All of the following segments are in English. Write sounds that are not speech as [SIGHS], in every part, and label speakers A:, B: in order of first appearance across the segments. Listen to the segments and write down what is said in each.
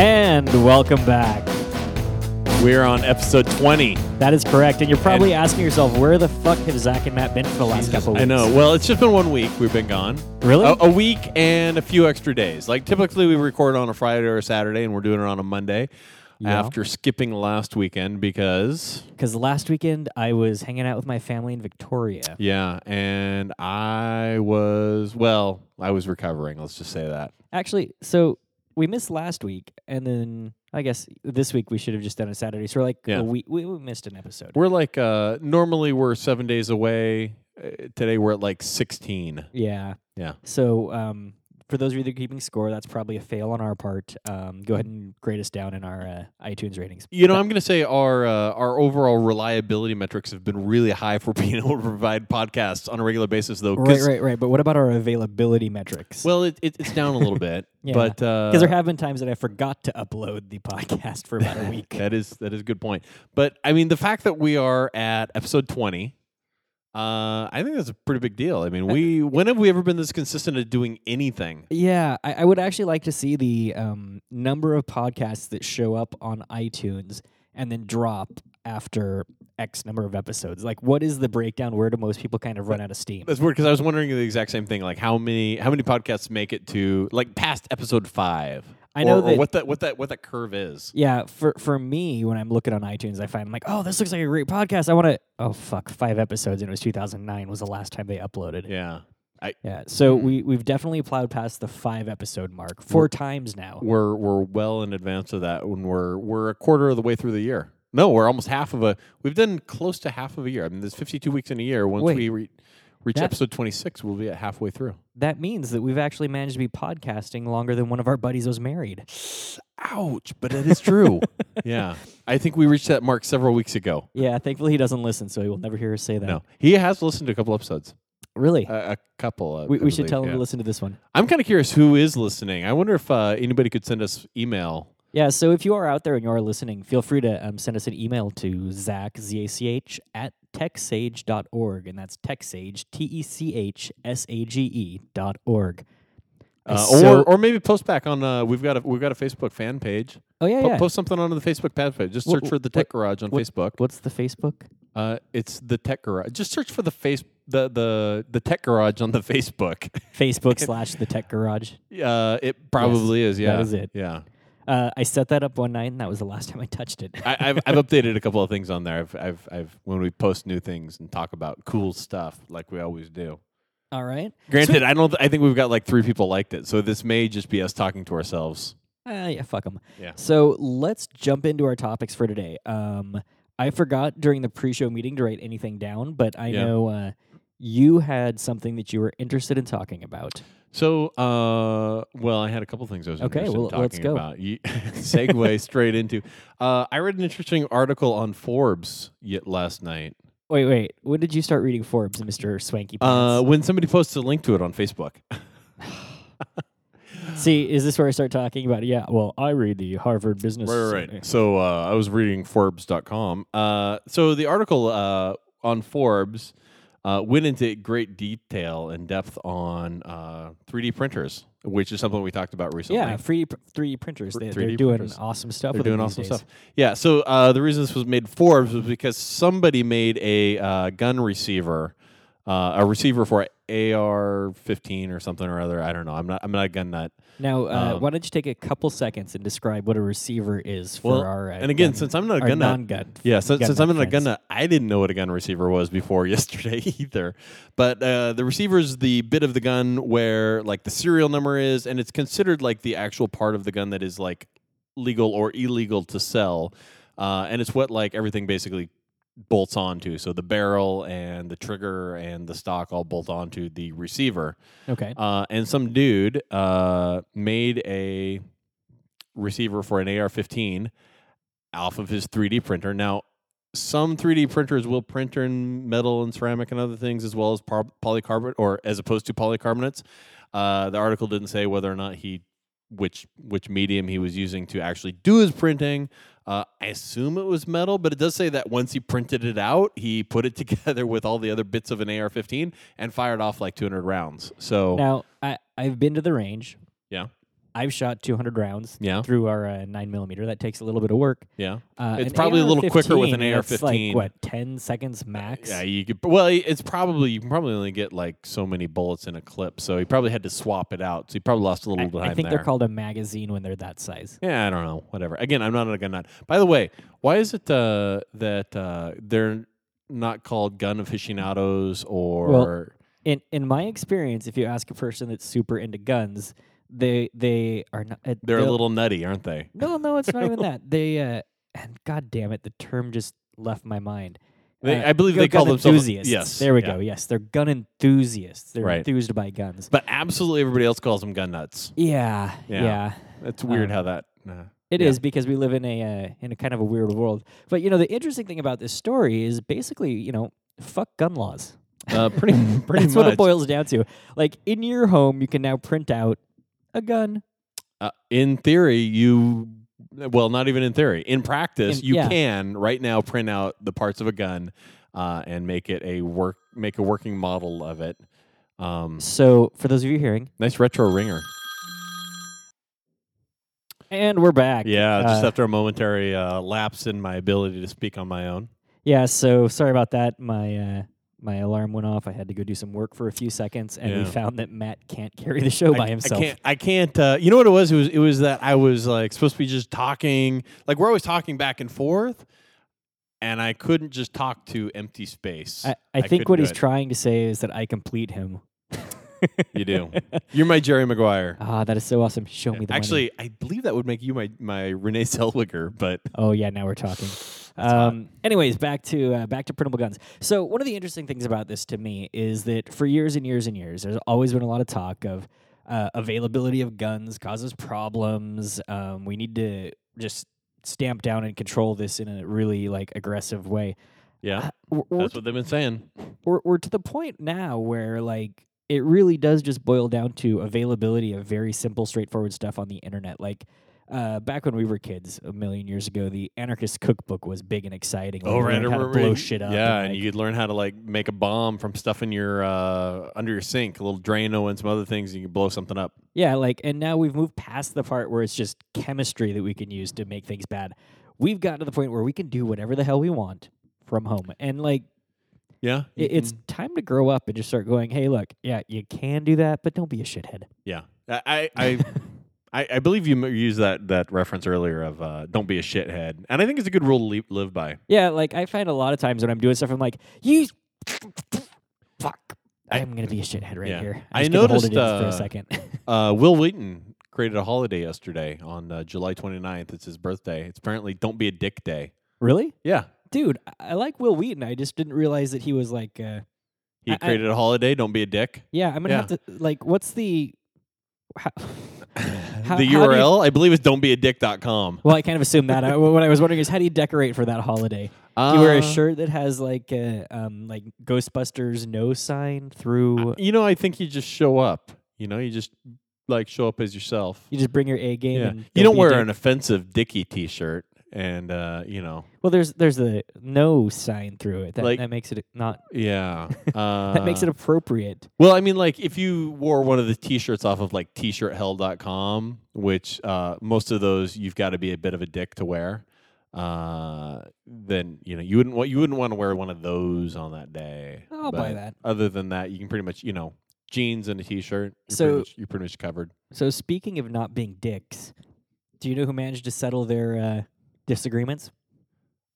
A: And welcome back.
B: We're on episode 20.
A: That is correct. And you're probably asking yourself, where the fuck have Zach and Matt been for the last couple weeks?
B: I know. Well, it's just been one week. We've been gone.
A: Really?
B: A, a week and a few extra days. Like typically, we record on a Friday or a Saturday, and we're doing it on a Monday.
A: Yeah.
B: After skipping last weekend because
A: Because last weekend I was hanging out with my family in Victoria.
B: yeah, and I was well, I was recovering. Let's just say that.
A: Actually, so we missed last week, and then I guess this week we should have just done a Saturday. So we're like,
B: Yeah.
A: a week, we, we missed an episode.
B: We're like uh normally we're seven days away. Uh, today we're at like sixteen.
A: yeah.
B: Yeah.
A: So um, for those of you that are keeping score, that's probably a fail on our part. Um, go ahead and grade us down in our uh, iTunes ratings.
B: You know, I'm going to say our uh, our overall reliability metrics have been really high for [LAUGHS] being able to provide podcasts on a regular basis, though. 'cause-
A: Right, right, right. But what about our availability metrics?
B: Well, it, it, it's down
A: [LAUGHS]
B: a little bit,
A: Yeah.
B: but
A: because
B: uh,
A: there have been times that I forgot to upload the podcast for about a week.
B: that is that is a good point. But I mean, the fact that we are at episode 20, uh, I think that's a pretty big deal. I
A: [LAUGHS]
B: mean, we when have we ever been this consistent at doing anything?
A: Yeah, I, I would actually like to see the um, number of podcasts that show up on iTunes and then drop after X number of episodes. Like, what is the breakdown? Where do most people kind of run out of steam?
B: That's weird because I was wondering the exact same thing. Like, how many how many podcasts make it to like past episode five?
A: I know
B: Or- or
A: that-
B: what that what that what that curve is.
A: Yeah, for for me, when I'm looking on iTunes, I find I'm like, oh, this looks like a great podcast. I want to. Oh fuck, five episodes and it was 2009 was the last time they uploaded. Yeah.
B: Yeah.
A: so we we've definitely plowed past the five episode mark 4 times now.
B: we're we're well in advance of that when we're we're a quarter of the way through the year. No, we're almost half of a. We've done close to half of a year. I mean, there's 52 weeks in a year. Once
A: Wait.
B: we re- reach
A: That-
B: episode 26, we'll be at halfway through.
A: That means that we've actually managed to be podcasting longer than one of our buddies was married.
B: Ouch! But it is true. [LAUGHS] yeah, I think we reached that mark several weeks ago.
A: Yeah, thankfully he doesn't listen, so he will never hear us say that.
B: No, he has listened to a couple episodes.
A: Really?
B: A, a couple. I-
A: we
B: I
A: we should
B: believe,
A: tell him
B: yeah.
A: to listen to this one.
B: I'm kind of curious who is listening. I wonder if uh, anybody could send us email.
A: Yeah, so if you are out there and you are listening, feel free to um, send us an email to Zach, Z A C H, at techsage.org. And that's techsage, T E C H S A G E dot org. I
B: Uh,
A: so-
B: or, or maybe post back on uh, we've got a we've got a Facebook fan page.
A: oh, yeah,
B: Po-
A: yeah.
B: Post something onto the Facebook pad page. Just
A: Wha-
B: search for the Tech Garage on Facebook.
A: What's the Facebook?
B: Uh, it's the Tech Garage. Just search for the face the the the Tech Garage on the [LAUGHS] Facebook.
A: [LAUGHS] Facebook slash the [LAUGHS] tech garage.
B: Uh, it probably is. Yeah,
A: that is it.
B: Yeah,
A: Uh, I set that up one night, and that was the last time I touched it.
B: I, I've I've updated a couple of things on there. I've I've I've when we post new things and talk about cool stuff like we always do.
A: All right.
B: Granted, I don't. I think we've got like three people liked it, so this may just be us talking to ourselves.
A: Uh, yeah, fuck them.
B: Yeah.
A: So let's jump into our topics for today. Um, I forgot during the pre-show meeting to write anything down, but I
B: Yeah.
A: know uh, you had something that you were interested in talking about.
B: So, uh, well, I had a couple things I was
A: Okay,
B: interested in
A: well,
B: talking
A: let's go.
B: about. You, [LAUGHS] segue straight into. Uh, I read an interesting article on Forbes yet last night.
A: Wait, wait. When did you start reading Forbes, Mister Swanky
B: Uh,
A: Pants?
B: when somebody posts a link to it on Facebook. [LAUGHS]
A: See, is this where I start talking about? Yeah. Well, I read the Harvard Business.
B: So uh, I was reading Forbes.com. Uh, so the article uh, on Forbes uh, went into great detail and depth on uh, 3D printers, which is something we talked about recently.
A: Yeah, free three D printers. They, are
B: 3D
A: doing
B: printers.
A: awesome stuff.
B: They're
A: with them
B: doing
A: these
B: awesome
A: days.
B: stuff. Yeah. So uh, the reason this was made Forbes was because somebody made a uh, gun receiver, uh, a receiver for AR-15 or something or other. I don't know. I'm not. I'm not a gun nut.
A: Now, uh,
B: Um,
A: why don't you take a couple seconds and describe what a receiver is for
B: Well,
A: our uh,
B: and again,
A: gun-
B: since I'm not a
A: our
B: gun nut,
A: non-gun.
B: yeah, since,
A: gun
B: since
A: nut
B: I'm not a
A: friends.
B: gun nut, I didn't know what a gun receiver was before [LAUGHS] yesterday either. But uh, the receiver is the bit of the gun where like the serial number is, and it's considered like the actual part of the gun that is like legal or illegal to sell, uh, and it's what like everything basically bolts onto. So the barrel and the trigger and the stock all bolt onto the receiver.
A: Okay.
B: Uh, and some dude uh, made a receiver for an AR 15 off of his 3D printer. Now, some 3D printers will print in metal and ceramic and other things as well as par- polycarbonate or as opposed to polycarbonates. Uh, the article didn't say whether or not he which which medium he was using to actually do his printing. Uh, I assume it was metal, but it does say that once he printed it out, he put it [LAUGHS] together with all the other bits of an AR-15 and fired off like 200 rounds. So
A: Now, I, I've been to the range.
B: Yeah.
A: I've shot 200 rounds
B: Yeah.
A: through our uh, nine millimeter. That takes a little bit of work.
B: Yeah.
A: Uh,
B: It's
A: an
B: probably a little quicker with an
A: AR-15, It's like
B: AR-15.
A: what 10 seconds max.
B: Uh, Yeah, you could. Well, it's probably you can probably only get like so many bullets in a clip, so he probably had to swap it out. So he probably lost a
A: I,
B: little
A: I
B: time
A: think
B: there.
A: they're called a magazine when they're that size.
B: yeah, I don't know. Whatever. Again, I'm not a gun nut. By the way, why is it uh, that uh, they're not called gun aficionados or
A: In in my experience, if you ask a person that's super into guns, they they are not. uh,
B: they're a
A: they'll-
B: little nutty, aren't they?
A: [LAUGHS] No, no, it's not even that. They uh, and god damn it, the term just left my mind.
B: They-
A: Uh,
B: I believe
A: gu-
B: they call
A: gun
B: themselves-
A: enthusiasts.
B: yes,
A: there we
B: yeah.
A: go. Yes, they're gun enthusiasts. They're
B: Right.
A: enthused by guns.
B: But absolutely everybody else calls them gun nuts.
A: Yeah,
B: Yeah.
A: yeah,
B: That's weird
A: Um,
B: how that.
A: [LAUGHS]
B: Uh,
A: It is
B: Yeah.
A: because we live in a uh, in a kind of a weird world. But you know, the interesting thing about this story is basically, you know, fuck gun laws. [LAUGHS]
B: uh, pretty pretty
A: That's
B: much.
A: what it boils down to. Like in your home, you can now print out a gun.
B: uh, in theory, you well, not even in theory. In practice,
A: In-
B: you
A: yeah.
B: can right now print out the parts of a gun uh, and make it a work make a working model of it. Um,
A: So for those of you hearing,
B: nice retro ringer.
A: and we're back.
B: Yeah, just
A: Uh,
B: after a momentary uh, lapse in my ability to speak on my own.
A: Yeah, so sorry about that. My uh, my alarm went off. I had to go do some work for a few seconds, and we
B: Yeah.
A: found that Matt can't carry the show
B: I-
A: by himself.
B: I can't. I can't. Uh, you know what it was? It was. It was that I was like supposed to be just talking. Like we're always talking back and forth, and I couldn't just talk to empty space.
A: I, I think what he's
B: trying.
A: trying to say is that I complete him.
B: You do. You're my Jerry Maguire.
A: Ah, that is so awesome. Show me the money.
B: Actually, I believe that would make you my my Renee [LAUGHS] Zellweger, but
A: Oh yeah, now we're
B: [SIGHS]
A: talking.
B: hot.
A: Um, anyways, back to uh, back to printable guns. So one of the interesting things about this to me is that for years and years and years, there's always been a lot of talk of uh, availability of guns causes problems. Um, we need to just stamp down and control this in a really like aggressive way.
B: yeah,
A: Uh, we're- we're,
B: that's what they've been saying.
A: we're, we're to the point now where like it really does just boil down to availability of very simple, straightforward stuff on the internet. Like uh, back when we were kids, a million years ago, the anarchist cookbook was big and exciting. Like, you learned
B: Oh, I
A: how to
B: remember
A: blow
B: you-
A: shit up.
B: Yeah, and,
A: like,
B: you could learn how to like make a bomb from stuff in your uh, under your sink, a little Drano and some other things, and you can blow something up.
A: yeah, like, and now we've moved past the part where it's just chemistry that we can use to make things bad. We've gotten to the point where we can do whatever the hell we want from home, and like,
B: Yeah,
A: i- it's
B: Mm-hmm.
A: time to grow up and just start going. Hey, look, yeah, you can do that, but don't be a shithead.
B: yeah. I I [LAUGHS] I, I believe you m- used that that reference earlier of uh, don't be a shithead, and I think it's a good rule to li- live by.
A: Yeah, like I find a lot of times when I'm doing stuff, I'm like, you [LAUGHS] fuck. I, am gonna be a shithead right
B: Yeah.
A: here.
B: I
A: just gotta hold
B: noticed,
A: it in for
B: uh,
A: a second. [LAUGHS]
B: Uh, Will Wheaton created a holiday yesterday on uh, July 29th. It's his birthday. It's apparently Don't Be a Dick Day.
A: really,
B: Yeah.
A: dude? I- I like Will Wheaton. I just didn't realize that he was like, uh,
B: He
A: I- I-
B: created a holiday. Don't be a dick.
A: yeah, I'm gonna have to like, what's the?
B: [LAUGHS]
A: How, How-
B: the
A: how do you-
B: URL, I believe, is don'tbeadick.com.
A: well, I kind of assumed
B: [LAUGHS]
A: that. I, what I was wondering is, how do you decorate for that holiday? Do you wear
B: Uh,
A: a shirt that has like a um like Ghostbusters no sign through?
B: You know, I think you just show up. You know, you just like show up as yourself.
A: You just bring your A game.
B: yeah.
A: and
B: You don't
A: be a
B: wear
A: dick.
B: an offensive Dicky t shirt. And, uh, you know,
A: Well, there's there's the no sign through it. That,
B: Like-
A: that makes it not
B: yeah.
A: [LAUGHS]
B: Uh,
A: that makes it appropriate.
B: Well, I mean, like if you wore one of the T-shirts off of like T-shirthell.com, which uh, most of those you've got to be a bit of a dick to wear, uh, then you know you wouldn't want you wouldn't want to wear one of those on that day.
A: I'll buy that.
B: Other than that, you can pretty much you know jeans and a T-shirt. You're
A: So-
B: pretty much, you're pretty much covered.
A: So speaking of not being dicks, do you know who managed to settle their uh, disagreements?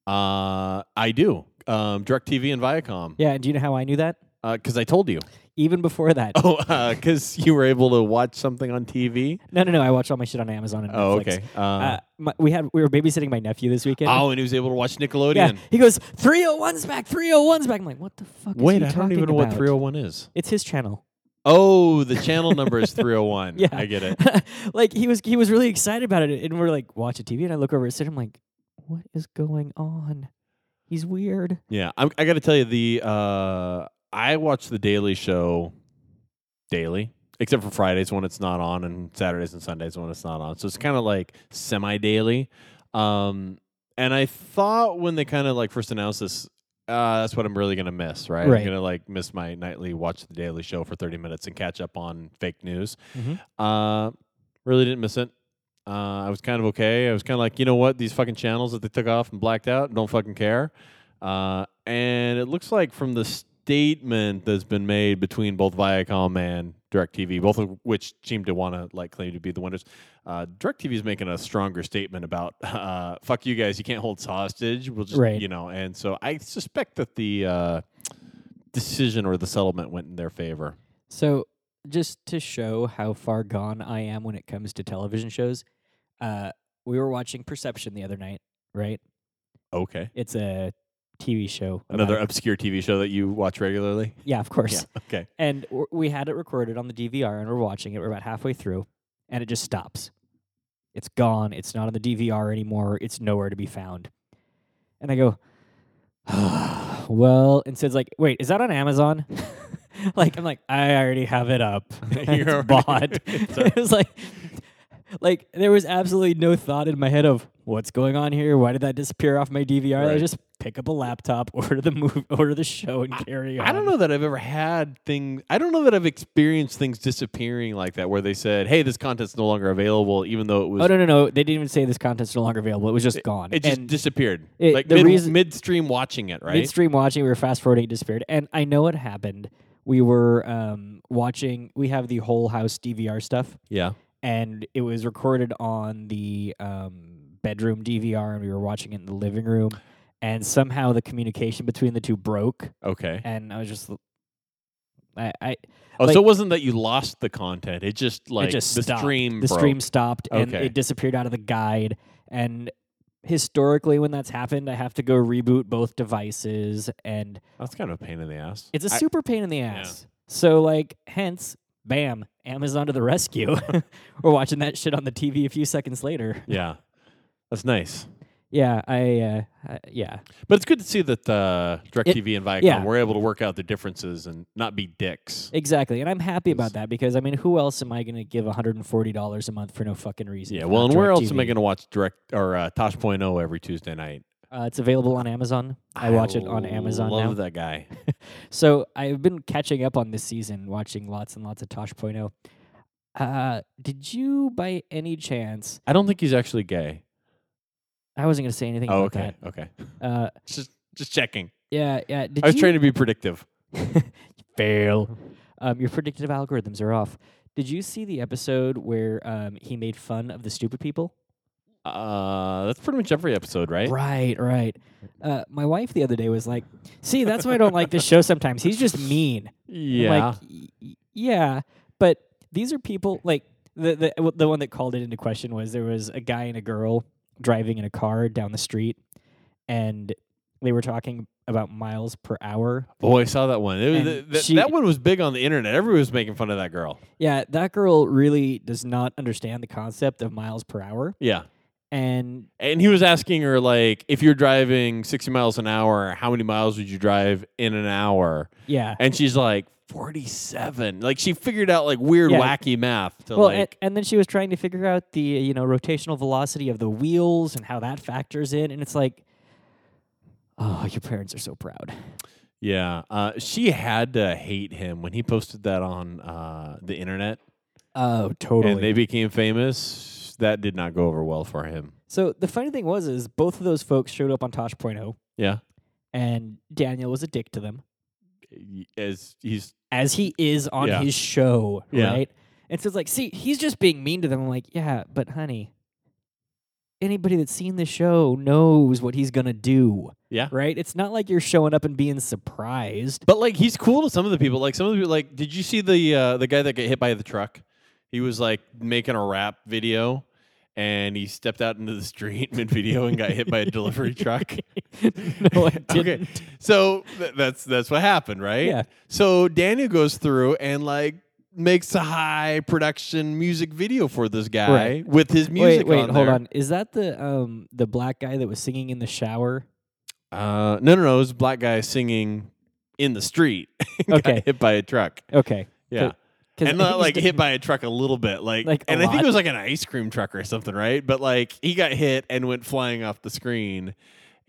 B: Uh, I do. Um, DirecTV and Viacom.
A: Yeah, and do you know how I knew that?
B: Because I told you. [LAUGHS]
A: Even before that.
B: Oh, because you were able to watch something on TV.
A: No, no, no. I watch all my shit on Amazon and
B: Oh,
A: Netflix.
B: okay. Uh,
A: Uh, my, we had we were babysitting my nephew this weekend.
B: oh, and he was able to watch Nickelodeon.
A: yeah. He goes 301's back, 301's back. I'm like, what the fuck? is he
B: Wait, I don't
A: talking
B: even know what
A: about?
B: 301 is.
A: It's his channel.
B: Oh,
A: [LAUGHS]
B: the channel number is 301.
A: Yeah.
B: I get it.
A: [LAUGHS] like he was he was really excited about it and we're like watching TV and I look over at Sid I'm like what is going on? He's weird.
B: Yeah, I'm, I got to tell you the uh, I watch the Daily Show daily, except for Fridays when it's not on, and Saturdays and Sundays when it's not on. So it's kind of like semi daily. Um, and I thought when they kind of like first announced this, uh, that's what I'm really gonna miss, right?
A: Right.
B: I'm gonna like miss my nightly watch the Daily Show for 30 minutes and catch up on fake news.
A: Mhm.
B: Uh, Really didn't miss it. Uh, I was kind of okay. I was kind of like, you know what? These fucking channels that they took off and blacked out, don't fucking care. Uh, and it looks like from the statement that's been made between both Viacom and DirecTV, both of which seem to want to like claim to be the winners, uh, DirecTV is making a stronger statement about [LAUGHS] uh, fuck you guys, you can't hold us hostage. We'll just,
A: Right.
B: you know. And so I suspect that the uh, decision or the settlement went in their favor.
A: So, just to show how far gone I am when it comes to television shows, uh, we were watching Perception the other night, right?
B: Okay.
A: It's a TV show. about-
B: Another obscure TV show that you watch regularly.
A: Yeah, of course.
B: [LAUGHS] Okay.
A: And w- we had it recorded on the DVR and we're watching it. We're about halfway through and it just stops. It's gone. It's not on the DVR anymore. It's nowhere to be found. And I go, [SIGHS] well, and Sid's like, wait, is that on Amazon? [LAUGHS] like, I'm like, I already have it
B: [LAUGHS]
A: up. [LAUGHS]
B: You're
A: it's
B: already- [LAUGHS]
A: bought. [LAUGHS]
B: It's
A: it was like, like there was absolutely no thought in my head of what's going on here. Why did that disappear off my DVR? I
B: Right.
A: just pick up a laptop, [LAUGHS] order the move, order the show, and carry on.
B: I don't know that I've ever had things. I don't know that I've experienced things disappearing like that, where they said, "Hey, this content's no longer available," even though it was
A: Oh no no no! They didn't even say this content's no longer available. It was just gone.
B: it just
A: and
B: disappeared.
A: it-
B: like
A: the
B: mid,
A: reason-
B: midstream watching it, right?
A: midstream watching, we were fast forwarding, it disappeared. And I know it happened. We were um, watching. We have the whole house DVR stuff,
B: yeah.
A: and it was recorded on the um, bedroom DVR, and we were watching it in the living room. And somehow the communication between the two broke,
B: Okay.
A: and I was just, I, I
B: Oh,
A: like-
B: so it wasn't that you lost the content. It just like
A: it just
B: the
A: stopped.
B: stream.
A: the
B: broke.
A: stream stopped and
B: Okay.
A: it disappeared out of the guide and historically when that's happened i have to go reboot both devices and
B: That's kind of a pain in the ass.
A: it's a
B: I-
A: super pain in the ass so like hence bam amazon to the rescue [LAUGHS] we're watching that shit on the tv a few seconds later
B: yeah. That's nice,
A: yeah i uh, uh yeah
B: but it's good to see that uh, Directv and Viacom
A: yeah.
B: were able to work out their differences and not be dicks.
A: exactly and i'm happy about
B: It's-
A: that because i mean who else am i going to give $140 a month for no fucking reason
B: Yeah,
A: for
B: well,
A: on
B: and where else
A: DirecTV?
B: am I going to watch direct or uh, Tosh Point oh every Tuesday night?
A: uh, it's available on amazon i, watch it on amazon
B: Love
A: now
B: that guy.
A: So I've been catching up on this season, watching lots and lots of Tosh.0. Uh, did you, by any chance,
B: I don't think he's actually gay.
A: I wasn't going to say anything
B: Oh,
A: about
B: okay, okay. [LAUGHS]
A: that. Uh,
B: Just just checking.
A: yeah, yeah. Did
B: I was
A: you
B: trying to be predictive.
A: fail? Um, your predictive algorithms are off. Did you see the episode where um, he made fun of the stupid people?
B: Uh, that's pretty much every episode, right?
A: Right,
B: Mm-hmm.
A: right. Uh, my wife the other day was like, "See, that's why I don't like this show. Sometimes he's just mean." I'm
B: Yeah.
A: Like, y- y- yeah, but these are people like the the w- the one that called it into question was there was a guy and a girl driving in a car down the street, and they were talking about miles per hour.
B: oh, I saw that one. It was-
A: And
B: th- th-
A: she-
B: that one was big on the internet. Everyone was making fun of that girl.
A: Yeah, that girl really does not understand the concept of miles per hour,
B: Yeah.
A: and
B: And he was asking her like, if you're driving 60 miles an hour, how many miles would you drive in an hour?
A: yeah.
B: And she's like, 47. Like she figured out like weird,
A: Yeah.
B: wacky math to
A: Well,
B: like.
A: and, and then she was trying to figure out the you know rotational velocity of the wheels and how that factors in, and it's like, oh, your parents are so proud.
B: Yeah, uh, she had to hate him when he posted that on uh, the internet,
A: Oh, totally.
B: and they became famous. That did not go over well for him.
A: So the funny thing was is both of those folks showed up on Tosh.0
B: Yeah,
A: and Daniel was a dick to them
B: as he's
A: as he is on
B: Yeah.
A: his show,
B: Yeah.
A: right? And so it's like, see, he's just being mean to them. I'm like, yeah, but honey, anybody that's seen the show knows what he's gonna do,
B: yeah,
A: right? It's not like you're showing up and being surprised.
B: but like he's cool to some of the people. Like some of the people, like did you see the uh, the guy that got hit by the truck? He was like making a rap video, and he stepped out into the street [LAUGHS] mid video and got hit by a
A: [LAUGHS]
B: delivery truck.
A: no, I didn't.
B: [LAUGHS] Okay, so th- that's that's what happened, right?
A: Yeah.
B: So Daniel goes through and like makes a high production music video for this guy
A: Right.
B: with his
A: Wait,
B: music.
A: wait,
B: on
A: hold
B: there.
A: on. Is that the um the black guy that was singing in the shower?
B: Uh, no, no, no. It was a black guy singing in the street. [LAUGHS] Got
A: Okay.
B: hit by a truck.
A: Okay,
B: Yeah,
A: 'Cause
B: and
A: I
B: not
A: think [LAUGHS]
B: like
A: he's
B: hit by a truck a little bit, like,
A: Like, a
B: and I think
A: lot.
B: it was like an ice cream truck or something, right? But like he got hit and went flying off the screen,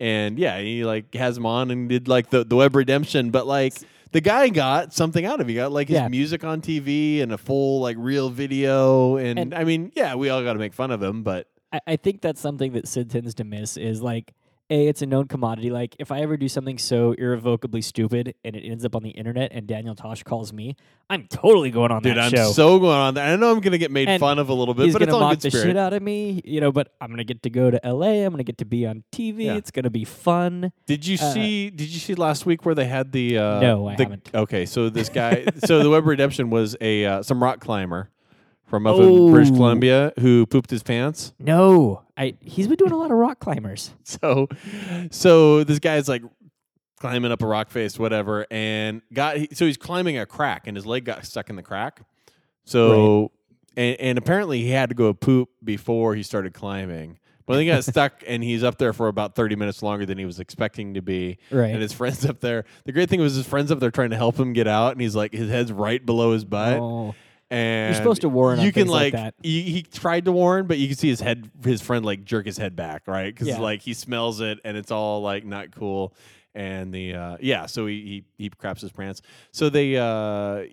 B: And yeah, he like has him on and did like the, the web redemption, but like the guy got something out of it. He got like his
A: Yeah.
B: music on TV and a full like real video. And,
A: And-
B: I mean, yeah, we all got to make fun of him, but
A: I, I think that's something that Sid tends to miss is like, A, it's a known commodity. Like, if I ever do something so irrevocably stupid and it ends up on the internet and Daniel Tosh calls me, I'm totally going on
B: dude,
A: that
B: I'm
A: show.
B: so going on that. I know I'm going to get made
A: And
B: fun of a little bit,
A: He's
B: but
A: gonna
B: it's all in
A: mock
B: good
A: the
B: spirit.
A: shit out of me, you know, but I'm gonna get to go to LA, I'm gonna get to be on TV,
B: Yeah.
A: it's gonna be fun.
B: Did you
A: Uh,
B: see? Did you see last week where they had the? Uh,
A: No, I
B: the-
A: haven't.
B: Okay, so this guy, so the
A: [LAUGHS]
B: Web Redemption was a uh, some rock climber from up in British
A: Oh.
B: Columbia who pooped his pants.
A: No. I he's been doing a lot of rock climbers.
B: [LAUGHS] So, so this guy's like climbing up a rock face, whatever, and got he, so he's climbing a crack, and his leg got stuck in the crack. So, and, and apparently he had to go poop before he started climbing. But then
A: [LAUGHS]
B: he got stuck, and he's up there for about thirty minutes longer than he was expecting to be.
A: Right.
B: And his friends up there. The great thing was his friends up there trying to help him get out, and he's like his head's right below his butt.
A: oh.
B: And
A: supposed to warn on
B: You can
A: things like that.
B: He, he tried to warn, but you can see his head, his friend like jerk his head back, right? Because
A: Yeah.
B: like he smells it, and it's all like not cool. And the uh, yeah, so he, he he craps his pants. So they uh,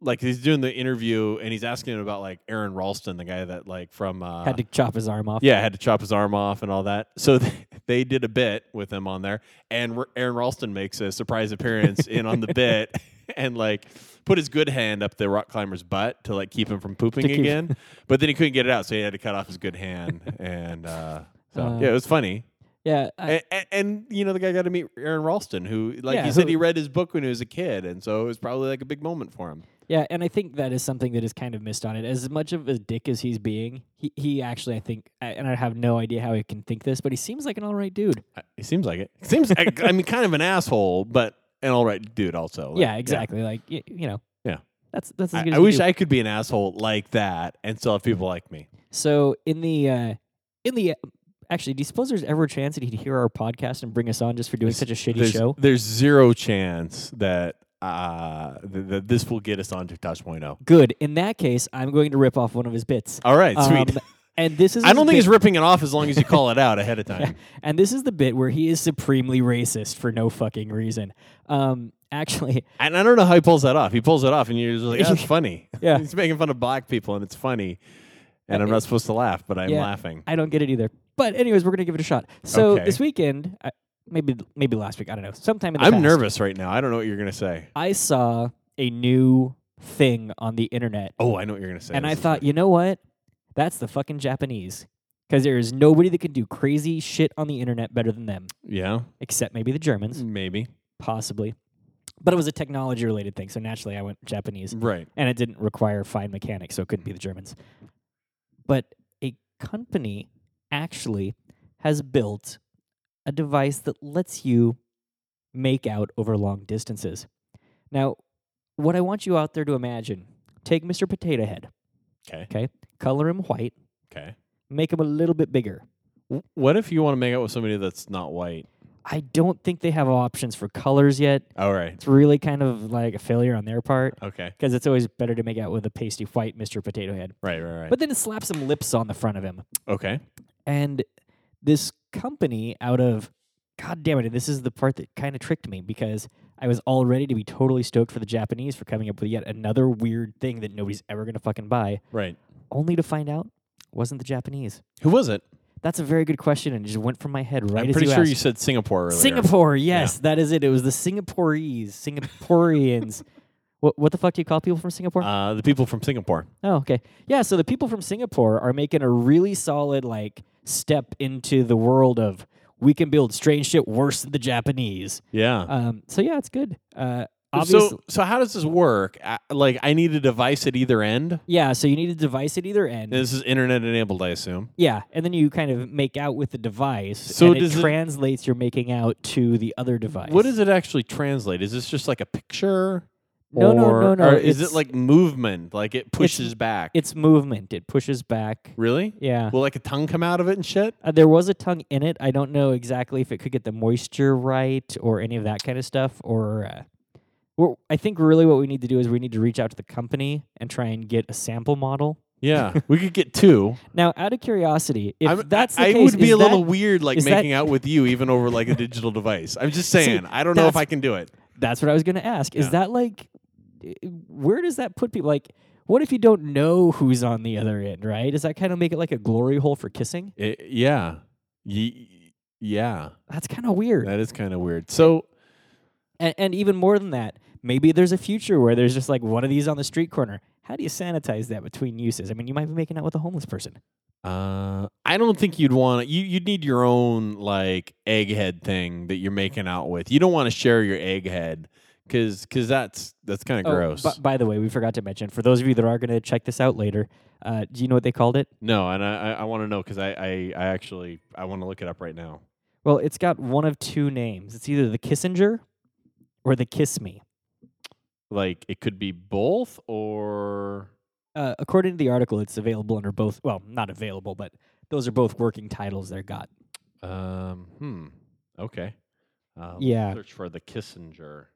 B: like he's doing the interview, and he's asking him about like Aaron Ralston, the guy that like from uh,
A: Had to chop his arm off.
B: yeah, had to chop his arm off and all that. So [LAUGHS] they, they did a bit with him on there, and R- Aaron Ralston makes a surprise appearance in
A: [LAUGHS]
B: on the bit, and like put his good hand up the rock climber's butt to like keep him from pooping
A: keep-
B: again. but then he couldn't get it out, so he had to cut off his good hand, and uh, so
A: Uh,
B: yeah, it was funny.
A: Yeah. I-
B: And, and, and, you know the guy got to meet Aaron Ralston, who like
A: Yeah,
B: he said
A: who-
B: he read his book when he was a kid, and so it was probably like a big moment for him.
A: Yeah, and I think that is something that is kind of missed on it. As much of a dick as he's being, he, he actually, I think, I- and I have no idea how he can think this, but he seems like an all right dude.
B: I- It seems like it. Seems I, I mean kind of an asshole, but an all right dude also. Like,
A: yeah, exactly. Like y- you know.
B: Yeah.
A: That's that's as
B: I,
A: good as
B: I
A: you
B: wish
A: do.
B: I could be an asshole like that and still have people like me.
A: So in the uh in the actually, do you suppose there's ever a chance that he'd hear our podcast and bring us on just for doing such a shitty
B: There's,
A: show?
B: there's zero chance that uh, th- that this will get us onto Touch.0.
A: Good. In that case, I'm going to rip off one of his bits.
B: All right, [LAUGHS] sweet.
A: Um, and this is
B: I don't
A: the
B: think he's
A: bit-
B: ripping it off as long as you call it out
A: [LAUGHS]
B: ahead of time.
A: and this is the bit where he is supremely racist for no fucking reason. Um actually [LAUGHS]
B: And I don't know how he pulls that off. He pulls it off, and you're just like, "Oh, "That's funny."
A: Yeah. Uh,
B: he's making fun of black people, and it's funny. And I'm not supposed to laugh, but I'm
A: Yeah.
B: laughing.
A: I don't get it either. But anyways, we're gonna give it a shot. So
B: Okay.
A: this weekend, I, maybe maybe last week, I don't know, sometime in the
B: I'm
A: past,
B: nervous right now. I don't know what you're gonna say.
A: I saw a new thing on the internet,
B: Oh, I know what you're gonna say.
A: and I
B: This is
A: thought,
B: funny.
A: you know what? That's the fucking Japanese, because there is nobody that can do crazy shit on the internet better than them, [LAUGHS]
B: yeah,
A: except maybe the Germans,
B: maybe
A: possibly. But it was a technology related thing, so naturally I went Japanese.
B: right.
A: and it didn't require fine mechanics, so it couldn't be the Germans. But a company actually has built a device that lets you make out over long distances. Now, what I want you out there to imagine take Mr. Potato Head,
B: Okay,
A: color him white,
B: okay.
A: make him a little bit bigger.
B: W- What if you want to make out with somebody that's not white?
A: I don't think they have options for colors yet.
B: All Oh, right.
A: It's really kind of like a failure on their part
B: Okay.
A: because it's always better to make out with a pasty white Mr. Potato Head.
B: Right, right, right.
A: But then it slaps some lips on the front of him.
B: okay.
A: and this company out of god damn it and this is the part that kind of tricked me because i was all ready to be totally stoked for the japanese for coming up with yet another weird thing that nobody's ever going to fucking buy
B: Right.
A: only to find out wasn't the japanese
B: Who was it?
A: that's a very good question and it just went from my head right
B: I'm
A: as
B: pretty
A: you
B: sure
A: asked.
B: you said Singapore earlier.
A: singapore yes that is it it was the singaporees
B: [LAUGHS]
A: singaporeans what, what the fuck do you call people from singapore
B: Uh, the people from Singapore.
A: Oh, okay. Yeah, so the people from Singapore are making a really solid like step into the world of we can build strange shit worse than the Japanese.
B: Yeah.
A: Um, so yeah, it's good. Uh, obviously,
B: so, so how does this work? I, like, I need a device at either end.
A: yeah. So you need a device at either end.
B: This is internet enabled, I assume.
A: yeah, and then you kind of make out with the device.
B: So
A: and it
B: does it-
A: translates your making out to the other device.
B: What does it actually translate? Is this just like a picture?
A: No, no,
B: Or-
A: no, no,
B: Or is it
A: it's-
B: like movement? Like it pushes back?
A: It's movement. It pushes back.
B: really?
A: Yeah.
B: Will like a tongue come out of it and shit?
A: Uh, there was a tongue in it. I don't know exactly if it could get the moisture right or any of that kind of stuff. Or uh, we're, I think really what we need to do is we need to reach out to the company and try and get a sample model
B: Yeah, [LAUGHS] we could get two.
A: Now, out of curiosity, if
B: I'm-
A: that's the
B: I
A: case,
B: would be
A: is
B: a
A: that-
B: little weird, like
A: is that-
B: making out with you, even over like a digital device.
A: [LAUGHS]
B: I'm just saying, I don't know if
A: that's-
B: I can do it.
A: That's what I was going to ask. Is
B: Yeah.
A: that like, i- where does that put people? Like, what if you don't know who's on the other end, right? Does that kind of make it like a glory hole for kissing?
B: I- yeah, Ye- yeah,
A: That's kind of weird.
B: that is kind of weird. So
A: And, and even more than that, maybe there's a future where there's just like one of these on the street corner. How do you sanitize that between uses? I mean, you might be making out with a homeless person.
B: uh, I don't think you'd want to. You you'd need your own like egghead thing that you're making out with. You don't want to share your egghead because because that's that's kind of
A: Oh,
B: gross.
A: bu- by the way, we forgot to mention for those of you that are going to check this out later. Uh, do you know what they called it?
B: no, and I I, I want to know because I, I I actually I want to look it up right now.
A: Well, it's got one of two names. It's either the Kissinger or the Kiss Me.
B: Like it could be both or.
A: Uh, according to the article, it's available under both. Well, not available, but those are both working titles they're got.
B: Um. Hmm. Okay. Uh, let's
A: Yeah.
B: Search for the Kissinger.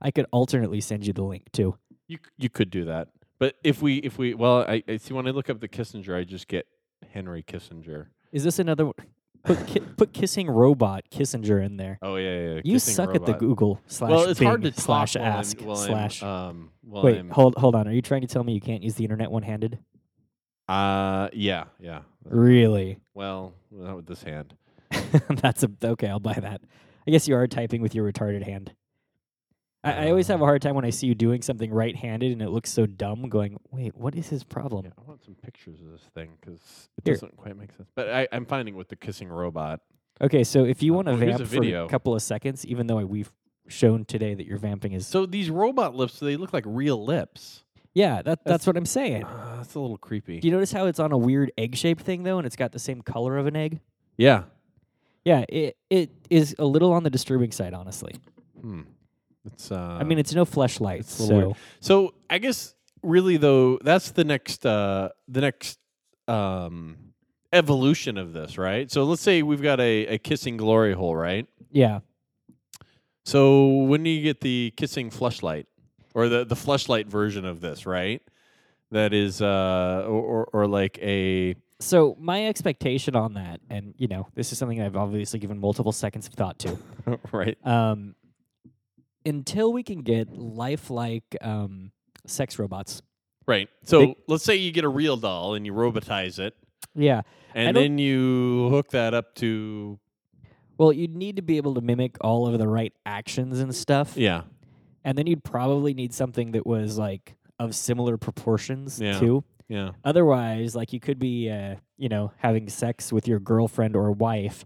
A: I could alternately send you the link too.
B: You c- you could do that, but if we if we well, I, I see when I look up the Kissinger, I just get Henry Kissinger.
A: Is this another? one? Put ki- put kissing robot Kissinger in there.
B: Oh yeah, yeah. yeah
A: You
B: kissing
A: suck at the
B: robot.
A: Google slash
B: Well, it's
A: Bing
B: hard to talk
A: slash
B: while I'm-
A: ask
B: while I'm,
A: slash.
B: um. While
A: Wait,
B: I'm-
A: hold hold on. Are you trying to tell me you can't use the internet one handed?
B: Uh. Yeah. Yeah.
A: Really? [LAUGHS]
B: Well, not with this hand.
A: That's a okay. I'll buy that. I guess you are typing with your retarded hand. I, I always have a
B: Uh,
A: hard time when I see you doing something right handed and it looks so dumb. Going, wait, what is his problem?
B: Yeah, I want some pictures of this thing because it
A: Here.
B: doesn't quite make sense. But I, I'm finding with the kissing robot.
A: Okay, so if you
B: Uh,
A: want to
B: well, here's
A: vamp
B: a
A: for a
B: video.
A: couple of seconds, even though we've shown today that your vamping is
B: So these robot lips—they look like real lips.
A: yeah, that that's
B: That's-
A: what I'm saying.
B: Uh, that's a little creepy.
A: Do you notice how it's on a weird egg shaped thing though, and it's got the same color of an egg?
B: Yeah.
A: Yeah, it it is a little on the disturbing side, honestly.
B: Hmm. It's. Uh,
A: I mean, it's no fleshlight,
B: it's a
A: so
B: little weird. so I guess really though that's the next uh, the next um, evolution of this, right? So let's say we've got a, a kissing glory hole, right?
A: yeah.
B: So when do you get the kissing fleshlight or the the fleshlight version of this, right? That is, uh, or, or or like
A: [LAUGHS]
B: a
A: So my expectation on that, and you know, this is something I've obviously given multiple seconds of thought
B: [LAUGHS]
A: to.
B: right.
A: Um, until we can get lifelike um, sex robots.
B: Right. So let's say you get a real doll and you robotize it,
A: Yeah.
B: and
A: don't-
B: then you hook that up to
A: Well, you'd need to be able to mimic all of the right actions and stuff.
B: yeah,
A: And then you'd probably need something that was like of similar proportions
B: Yeah.
A: too.
B: yeah,
A: Otherwise, like you could be uh, you know, having sex with your girlfriend or wife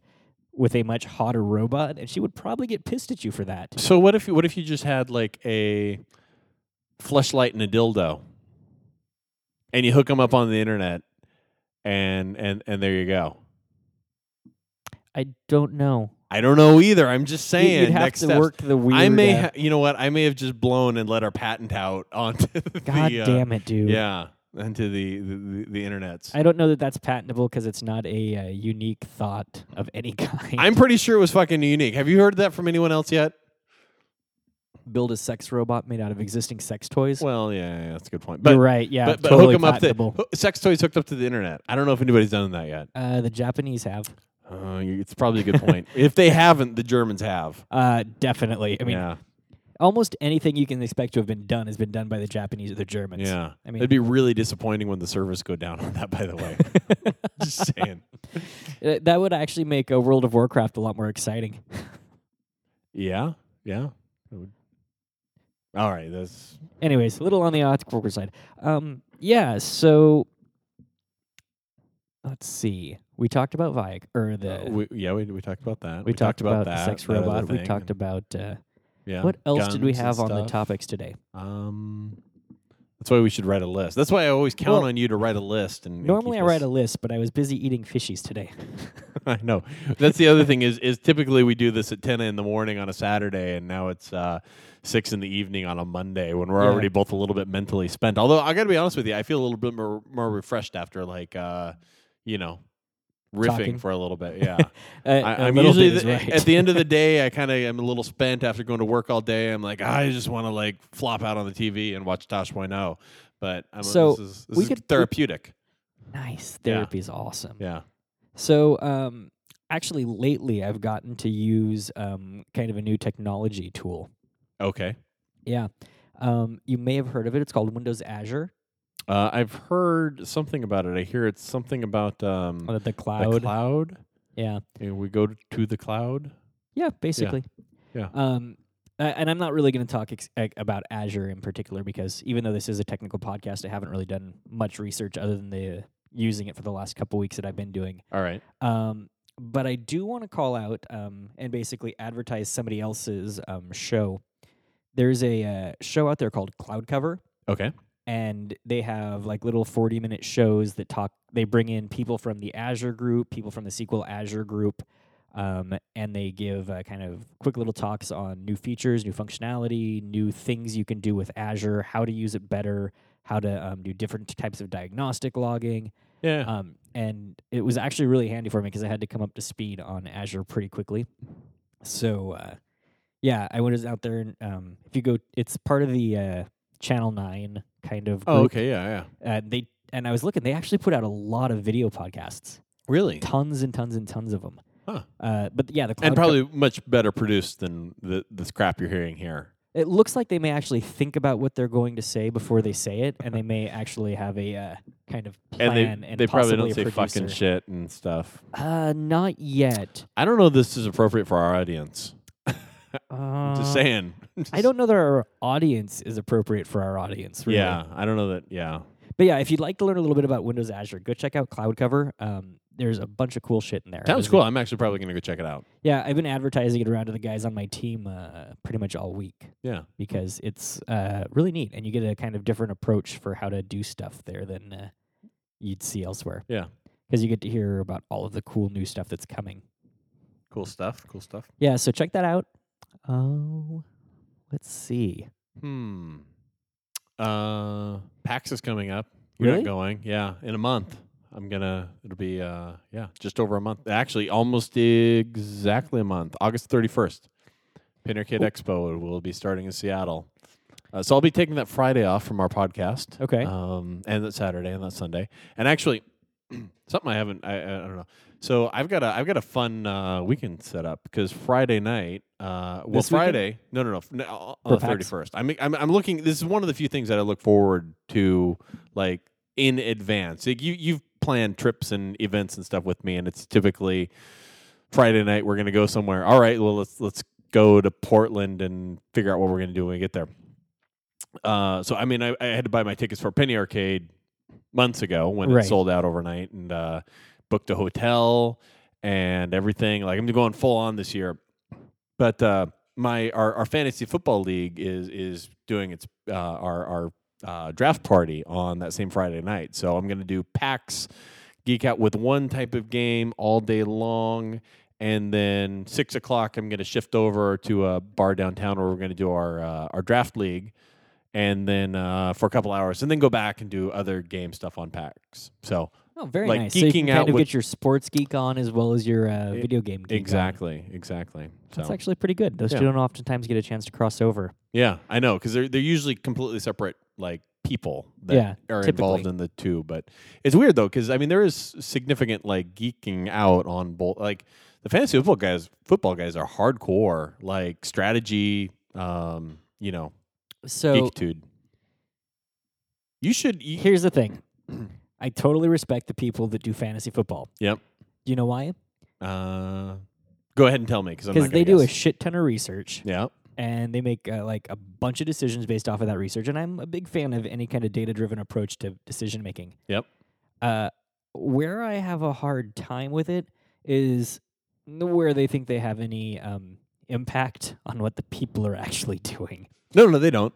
A: with a much hotter robot and she would probably get pissed at you for that.
B: So what if you what if you just had like a fleshlight and a dildo, and you hook them up on the internet, and and and there you go.
A: I don't know.
B: I don't know either. I'm just
A: You-
B: saying.
A: You'd have
B: next
A: to
B: steps.
A: work the weird
B: I may,
A: uh,
B: ha- you know what? I may have just blown and let our patent out onto [LAUGHS] the
A: God
B: uh,
A: damn it, dude.
B: yeah, onto the the, the, the internets.
A: I don't know that that's patentable because it's not a uh, unique thought of any [LAUGHS] kind.
B: I'm pretty sure it was fucking unique. Have you heard that from anyone else yet?
A: build a sex robot made out of existing sex toys.
B: Well, yeah, yeah that's a good point. But
A: You're right. Yeah,
B: but, but
A: totally
B: hook 'em up to
A: patentable.
B: ho- sex toys hooked up to the internet. I don't know if anybody's done that yet.
A: Uh, the Japanese have.
B: Uh, you- it's probably a good point. if they haven't, the Germans have.
A: Uh, definitely. I mean,
B: yeah,
A: almost anything you can expect to have been done has been done by the Japanese or the Germans.
B: yeah.
A: I mean-
B: it'd be really disappointing when the service go down on that. By
A: [LAUGHS]
B: the way, just saying.
A: Uh, That would actually make a World of Warcraft a lot more exciting. [LAUGHS]
B: Yeah, yeah. It would- All right, that's
A: Anyways, a little on the awkward side. Um, yeah. So let's see. We talked about Viac or the.
B: uh, we, yeah. We, we talked about that.
A: we, talked, about, the
B: that,
A: sex
B: that other
A: robot. We
B: thing,
A: talked
B: and-
A: about uh,
B: yeah,
A: what else did we
B: guns and
A: have on the
B: stuff.
A: topics today?
B: Um, that's why we should write a list. That's why I always count
A: Well,
B: on you to write a list. And and
A: Normally, I
B: keep
A: write a
B: us-
A: list, but I was busy eating fishies today. [LAUGHS]
B: [LAUGHS] I know. That's the other thing is is typically we do this at ten in the morning on a Saturday, and now it's uh, six in the evening on a Monday when we're
A: Yeah.
B: already both a little bit mentally spent. Although I got to be honest with you, I feel a little bit more more refreshed after like uh, you know riffing
A: Talking.
B: for a
A: [LAUGHS]
B: little bit. Yeah,
A: Uh,
B: I,
A: a
B: I'm
A: little
B: usually
A: bit is
B: the,
A: right.
B: at the end of the day I kind of am a little spent after going to work all day. I'm like I just want to like flop out on the TV and watch Tosh.0. But I'm,
A: So,
B: this is, this
A: we
B: is
A: could- we-
B: therapeutic.
A: [LAUGHS] Nice.
B: Yeah.
A: Therapy's awesome.
B: yeah.
A: So, um, actually, lately I've gotten to use um, kind of a new technology tool.
B: Okay.
A: Yeah. Um, you may have heard of it. It's called Windows Azure
B: Uh, I've heard something about it. I hear it's something about um,
A: on the
B: the
A: cloud.
B: cloud.
A: Yeah.
B: And we go to the cloud.
A: Yeah, basically.
B: Yeah.
A: Um, a- and I'm not really going to talk ex- a- about Azure in particular because even though this is a technical podcast, I haven't really done much research other than the using it for the last couple weeks that I've been doing.
B: All right.
A: Um, but I do want to call out um, and basically advertise somebody else's um, show. There's a uh, show out there called Cloud Cover,
B: Okay.
A: and they have like little 40 minute shows that talk. They bring in people from the Azure group, people from the SQL Azure group, um, and they give uh, kind of quick little talks on new features, new functionality, new things you can do with Azure, how to use it better, how to um, do different types of diagnostic logging.
B: Yeah.
A: Um, and it was actually really handy for me because I had to come up to speed on Azure pretty quickly. So, uh, yeah, I was out there. And, um, if you go, it's part of the uh, Channel Nine kind of.
B: oh,
A: group.
B: okay. Yeah. Yeah.
A: Uh, they and I was looking. They actually put out a lot of video podcasts,
B: Really?
A: tons and tons and tons of them.
B: Huh.
A: Uh, but yeah, the cloud
B: And
A: co-
B: probably much better produced than the, this crap you're hearing here.
A: it looks like they may actually think about what they're going to say before they say it,
B: [LAUGHS]
A: and they may actually have a uh, kind of plan.
B: and they, they probably
A: possibly
B: don't
A: a
B: say fucking
A: producer.
B: shit and stuff.
A: Uh, not yet.
B: I don't know if this is appropriate for our audience.
A: Uh,
B: Just saying. [LAUGHS]
A: I don't know that our audience is appropriate for our audience. Really.
B: Yeah, I don't know that. Yeah,
A: But yeah, if you'd like to learn a little bit about Windows Azure, go check out Cloud Cover. Um, there's a bunch of cool shit in there.
B: sounds
A: I've
B: cool.
A: been-
B: I'm actually probably gonna go check it out.
A: yeah, I've been advertising it around to the guys on my team uh, pretty much all week
B: Yeah,
A: because it's uh, really neat and you get a kind of different approach for how to do stuff there than uh, you'd see elsewhere.
B: Yeah.
A: Because you get to hear about all of the cool new stuff that's coming.
B: cool stuff. Cool stuff.
A: Yeah, so check that out. Oh, let's see.
B: Hmm. Uh, PAX is coming up. We're
A: Really?
B: not going. Yeah, in a month. I'm gonna. It'll be. Uh, yeah, just over a month. Actually, almost exactly a month. August 31st. Pinner Kid
A: Cool.
B: Expo will be starting in Seattle. Uh, so I'll be taking that Friday off from our podcast.
A: Okay.
B: Um, and that Saturday and that Sunday. And actually, [CLEARS THROAT] something I haven't. I, I don't know. So I've got a I've got a fun uh, weekend set up because Friday night. Uh, well,
A: This weekend?
B: Friday. No, no, no. f- no
A: For
B: on the
A: PAX?
B: thirty first. I'm, I'm I'm looking. This is one of the few things that I look forward to, like in advance. Like, you you've planned trips and events and stuff with me, and it's typically Friday night. We're gonna go somewhere. All right. Well, let's let's go to Portland and figure out what we're gonna do when we get there. Uh, so I mean, I, I had to buy my tickets for Penny Arcade months ago when
A: Right.
B: it sold out overnight, and uh, booked a hotel and everything. Like I'm going full on this year, but uh, my our, our fantasy football league is is doing its uh, our our uh, draft party on that same Friday night. So I'm going to do packs, geek out with one type of game all day long. And then six o'clock, I'm going to shift over to a bar downtown where we're going to do our uh, our draft league, and then uh, for a couple hours, and then go back and do other game stuff on packs. So
A: Oh, very
B: like
A: nice. so you can
B: geeking
A: kind
B: out
A: of
B: with-
A: get your sports geek on as well as your uh,
B: E-
A: video game geek. on.
B: exactly, exactly. So
A: That's actually pretty good. Those
B: Yeah.
A: two don't oftentimes get a chance to cross over.
B: Yeah, I know because they're they're usually completely separate like people that
A: Yeah,
B: are involved
A: typically.
B: in the two. But it's weird though because I mean there is significant like geeking out on both. Like the fantasy football guys, football guys are hardcore like strategy. Um, you know,
A: So
B: geekitude. You should. You,
A: here's the
B: [CLEARS THROAT]
A: thing. I totally respect the people that do fantasy football.
B: Yep.
A: You know why?
B: uh, go ahead and tell me because
A: Because they do a shit ton of research
B: yeah.
A: and they make uh, like a bunch of decisions based off of that research. And I'm a big fan of any kind of data driven approach to decision making.
B: Yep.
A: Uh, where I have a hard time with it is n- where they think they have any um, impact on what the people are actually [LAUGHS] doing.
B: No, no, they don't.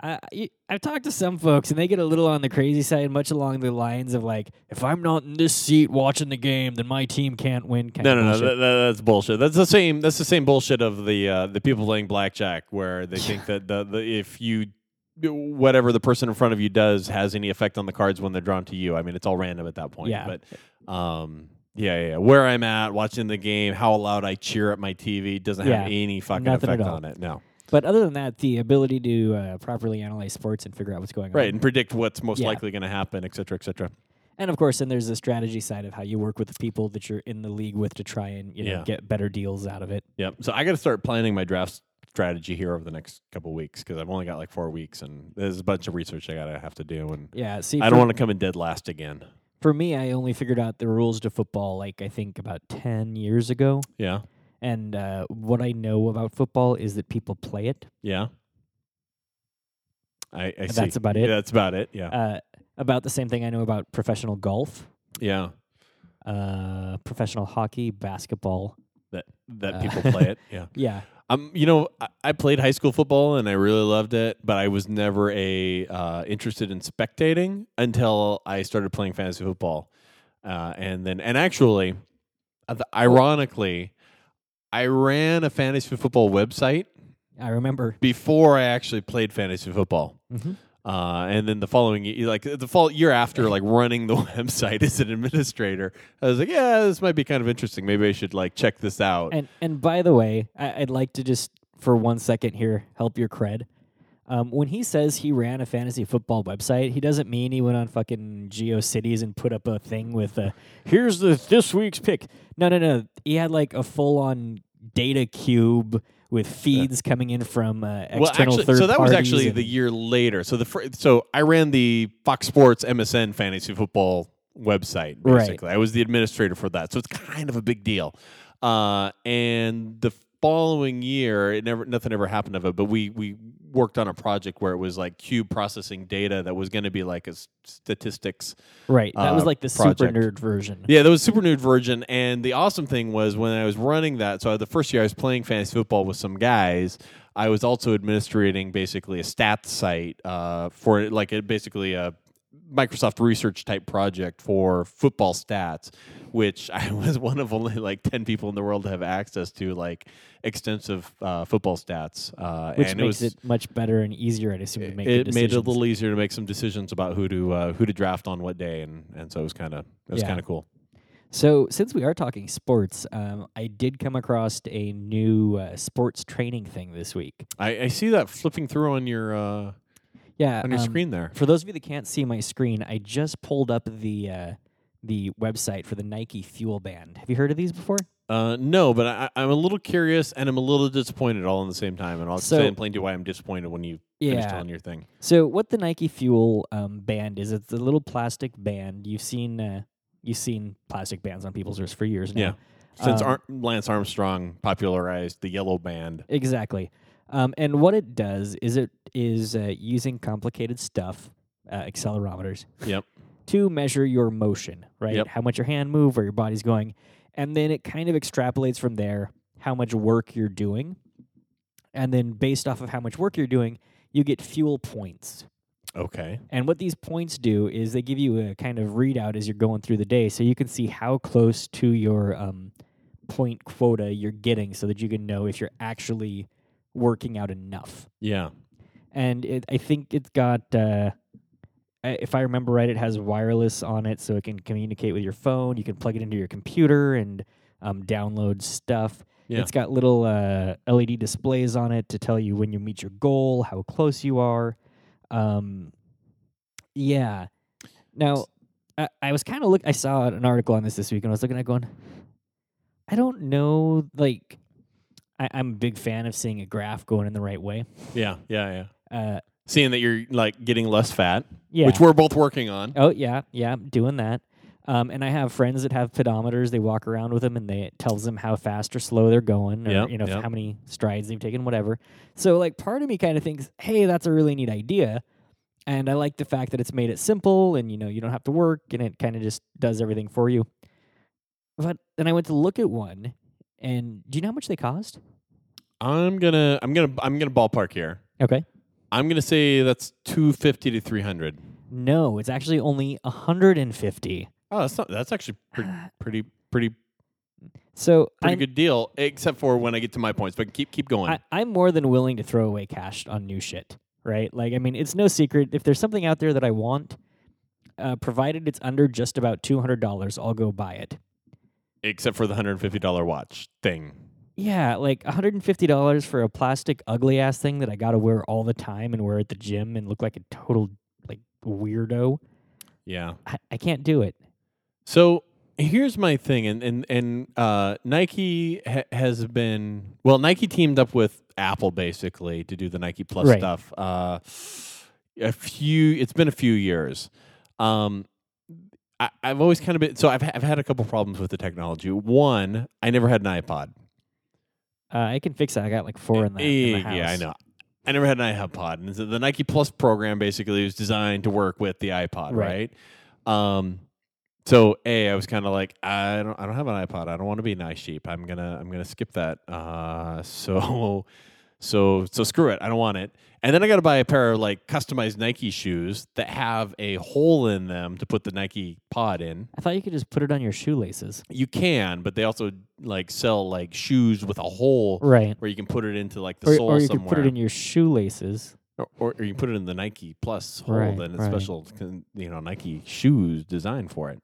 A: I, I- I've talked to some folks, and they get a little on the crazy side, much along the lines of like, if I'm not in this seat watching the game, then my team can't win. Kind
B: No,
A: of
B: no, no.
A: bullshit.
B: That, that, that's bullshit. That's the same. That's the same bullshit of the uh, the people playing blackjack, where they think that the, the if you whatever the person in front of you does has any effect on the cards when they're drawn to you. I mean, it's all random at that point.
A: Yeah.
B: But um, yeah, yeah, yeah. Where I'm at, watching the game, how loud I cheer at my TV doesn't have
A: Yeah.
B: any fucking
A: Nothing at
B: effect
A: all.
B: on it. No.
A: But other than that, the ability to uh, properly analyze sports and figure out what's going on.
B: Right, and predict what's most
A: Yeah.
B: likely going to happen, et cetera, et cetera.
A: And of course, then there's the strategy side of how you work with the people that you're in the league with to try and you know,
B: Yeah.
A: get better deals out of it.
B: Yep. So I got to start planning my draft strategy here over the next couple weeks because I've only got like four weeks, and there's a bunch of research I got to have to do, and
A: Yeah. See,
B: I
A: for,
B: don't want to come in dead last again.
A: for me, I only figured out the rules to football like I think about 10 years ago.
B: Yeah.
A: And uh, what I know about football is that people play it.
B: Yeah. I, I see.
A: That's about it.
B: That's about it. Yeah.
A: Uh, about the same thing I know about professional golf,
B: yeah.
A: uh, professional hockey, basketball.
B: That that
A: uh,
B: people
A: [LAUGHS]
B: play it. Yeah.
A: Yeah.
B: Um. You know, I, I played high school football and I really loved it, but I was never a uh, interested in spectating until I started playing fantasy football, uh, and then and actually, uh, the- ironically, I ran a fantasy football website
A: I remember.
B: before I actually played fantasy football.
A: Mhm.
B: Uh, and then the following ye- like the fall year after like running the [LAUGHS] website as an administrator i was like yeah this might be kind of interesting maybe i should like check this out
A: And and by the way, I, I'd like to just for one second here help your cred. Um, when he says he ran a fantasy football website, he doesn't mean he went on fucking GeoCities and put up a thing with uh "Here's the this week's pick." No, no, no. He had like a full on data cube with feeds coming in from uh, external
B: well actually
A: third
B: so that was
A: parties
B: actually
A: and-
B: the year later so the fir- so i ran the fox sports msn fantasy football website
A: Right.
B: basically i was the administrator for that so it's kind of a big deal uh, and the following year it never nothing ever happened of it but we we worked on a project where it was like cube processing data that was going to be like a s- statistics
A: right. That was
B: uh,
A: like the super
B: project.
A: nerd version.
B: Yeah, that was super nude virgin. And the awesome thing was when I was running that, so the first year I was playing fantasy football with some guys, I was also administrating basically a stats site uh, for like a, basically a Microsoft research type project for football stats, which [LAUGHS] I was one of only like 10 people in the world to have access to like extensive uh, football stats. Uh,
A: Which
B: and
A: makes
B: it, was,
A: it, much better and easier, I'd assume, to make the
B: it made it a
A: decisions.
B: little easier to make some decisions about who to uh, who to draft on what day. And, and so it was kind of it was
A: Yeah.
B: kind of cool.
A: So, since we are talking sports, um, I did come across a new uh, sports training thing this week.
B: I, I see that flipping through on your uh,
A: Yeah,
B: on your
A: um,
B: screen there.
A: For those of you that can't see my screen, I just pulled up the uh, the website for the Nike Fuel Band. Have you heard of these before?
B: Uh, no, but I, I'm a little curious and I'm a little disappointed all in the same time, and I'll
A: So-
B: explain to you why I'm disappointed when you finish telling your thing.
A: So, what the Nike Fuel um, Band is? It's a little plastic band. You've seen uh, you've seen plastic bands on people's wrists for years now.
B: Yeah. Since
A: Um,
B: Ar- Lance Armstrong popularized the yellow band,
A: Exactly. Um, and what it does is it is uh, using complicated stuff, uh, accelerometers.
B: Yep.
A: To measure your motion, right?
B: Yep.
A: How much your hand move, where your body's going, and then it kind of extrapolates from there how much work you're doing, and then based off of how much work you're doing, you get fuel points.
B: okay,
A: And what these points do is they give you a kind of readout as you're going through the day, so you can see how close to your um, point quota you're getting, so that you can know if you're actually working out enough.
B: yeah,
A: And it, I think it's got, uh, I- if I remember right, it has wireless on it, so it can communicate with your phone. You can plug it into your computer and um, download stuff.
B: Yeah.
A: It's got little uh, LED displays on it to tell you when you meet your goal, how close you are. Um, yeah. Now, I, I was kind of look. I saw an article on this this week, and I was looking at it going, I don't know. Like, I, I'm a big fan of seeing a graph going in the right way.
B: yeah, yeah, yeah.
A: Uh,
B: Seeing that you're like getting less fat,
A: yeah.
B: which we're both working on.
A: oh yeah, yeah. Doing that. Um, and I have friends that have pedometers. They walk around with them, and they it tells them how fast or slow they're going, or
B: Yep,
A: you know
B: yep.
A: how many strides they've taken, whatever. So like, part of me kind of thinks, hey, that's a really neat idea, and I like the fact that it's made it simple, and you know you don't have to work, and it kind of just does everything for you. But then I went to look at one, and do you know how much they cost?
B: I'm gonna, I'm gonna, I'm gonna ballpark here.
A: Okay,
B: I'm gonna say that's two fifty to three hundred.
A: no, it's actually only hundred and fifty.
B: Oh, that's not. That's actually pretty, pretty, pretty
A: So
B: pretty
A: I'm-
B: good deal, except for when I get to my points. But keep keep going.
A: I, I'm more than willing to throw away cash on new shit, right? Like, I mean, it's no secret. If there's something out there that I want, uh, provided it's under just about $200, I'll go buy it.
B: except for the hundred and fifty dollar watch thing.
A: Yeah, like $150 for a plastic ugly ass thing that I got to wear all the time and wear at the gym and look like a total like weirdo.
B: Yeah.
A: I, I can't do it.
B: So here's my thing, and and and uh, Nike ha- has been well. Nike teamed up with Apple basically to do the Nike Plus
A: Right.
B: stuff. Uh, a few. It's been a few years. Um, I, I've always kind of been so. I've ha- I've had a couple problems with the technology. One, I never had an iPod.
A: Uh, I can fix that. I got like four in the, in the
B: Eh,
A: house.
B: Yeah, I know. I never had an iPod, and so the Nike Plus program basically was designed to work with the iPod,
A: Right.
B: right? Um, so a, I was kind of like, I don't, I don't have an iPod. I don't want to be nice sheep. I'm gonna, I'm gonna skip that. Uh, [LAUGHS] so, so, so screw it. I don't want it. And then I got to buy a pair of like customized Nike shoes that have a hole in them to put the Nike pod in.
A: I thought you could just put it on your shoelaces.
B: You can, but they also like sell like shoes with a hole
A: Right.
B: where you can put it into like the
A: Or,
B: sole
A: or you
B: somewhere
A: could put it in your shoelaces.
B: or, or or you put it in the Nike Plus hole,
A: Right,
B: and it's
A: right.
B: special, con- you know, Nike shoes designed for it.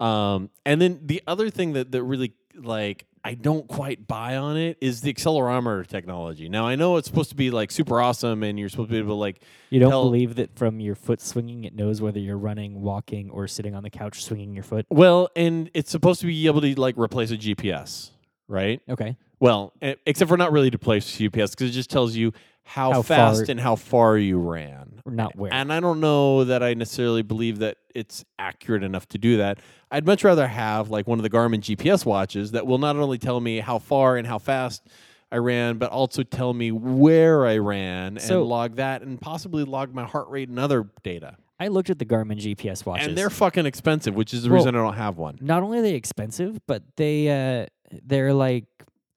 B: Um, and then the other thing that that really like I don't quite buy on it is the accelerometer technology. Now I know it's supposed to be like super awesome, and you're supposed to be able to like
A: You don't
B: Hell-
A: believe that from your foot swinging, it knows whether you're running, walking, or sitting on the couch swinging your foot.
B: well, and it's supposed to be able to like replace a GPS, right?
A: Okay.
B: Well, e- except for not really to place GPS because it just tells you how,
A: How far-
B: fast and how far you ran.
A: Or not where.
B: And I don't know that I necessarily believe that it's accurate enough to do that. I'd much rather have like one of the Garmin GPS watches that will not only tell me how far and how fast I ran, but also tell me where I ran
A: So-
B: and log that and possibly log my heart rate and other data.
A: I looked at the Garmin GPS watches.
B: And they're fucking expensive, which is the
A: Well-
B: reason I don't have one.
A: not only are they expensive, but they uh, they're like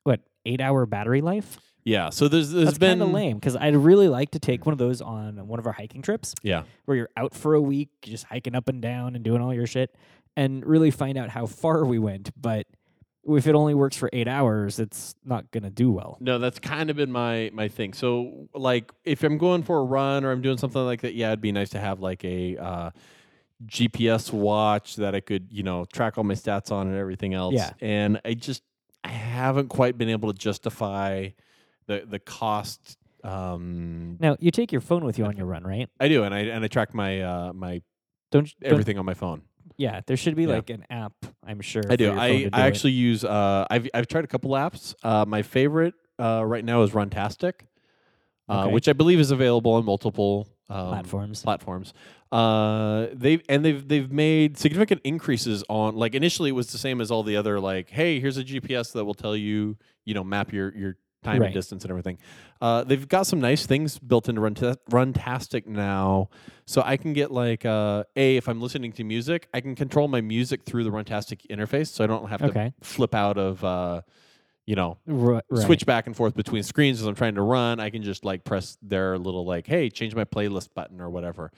A: what eight hour battery life.
B: Yeah. So there's there's
A: That's
B: been
A: kind of lame because I'd really like to take one of those on one of our hiking trips
B: Yeah.
A: where you're out for a week, just hiking up and down and doing all your shit, and really find out how far we went. But if it only works for eight hours, it's not gonna do well.
B: No, that's kind of been my my thing. So like if I'm going for a run or I'm doing something like that, yeah, it'd be nice to have like a uh, GPS watch that I could, you know, track all my stats on and everything else.
A: Yeah.
B: And I just I haven't quite been able to justify the the cost um
A: Now you take your phone with you on your run, right?
B: I do and I and I track my uh my
A: Don't, do
B: everything on my phone.
A: yeah, there should be
B: Yeah.
A: like an app. I'm sure.
B: I
A: for
B: do.
A: your phone
B: I,
A: to do
B: I
A: it.
B: actually use. Uh, I've I've tried a couple apps. Uh, my favorite uh, right now is Runtastic, uh,
A: Okay.
B: which I believe is available on multiple um,
A: platforms.
B: platforms. Uh, they and they've they've made significant increases on like initially it was the same as all the other like hey here's a GPS that will tell you you know map your your time
A: Right.
B: and distance and everything. Uh, they've got some nice things built into Runta- Runtastic now, so I can get like uh, a if I'm listening to music I can control my music through the Runtastic interface, so I don't have to
A: Okay.
B: flip out of uh, you know
A: Ri- right.
B: switch back and forth between screens as I'm trying to run. I can just like press their little like, hey, change my playlist button or whatever,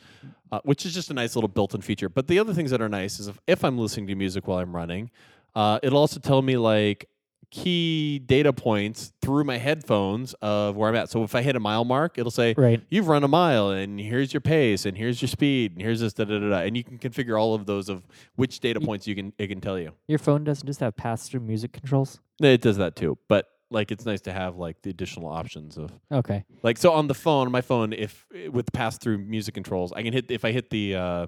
B: uh, which is just a nice little built-in feature. But the other things that are nice is if, if I'm listening to music while I'm running, uh, it'll also tell me like key data points through my headphones of where I'm at. So if I hit a mile mark, it'll say.
A: Right.
B: You've run a mile, and here's your pace, and here's your speed, and here's this da da da, da. and you can configure all of those of which data points you can it can tell you.
A: Your phone doesn't just have pass through music controls.
B: It does that too, but like it's nice to have like the additional options of
A: Okay.
B: Like so on the phone, my phone, if with the pass through music controls, I can hit if I hit the uh,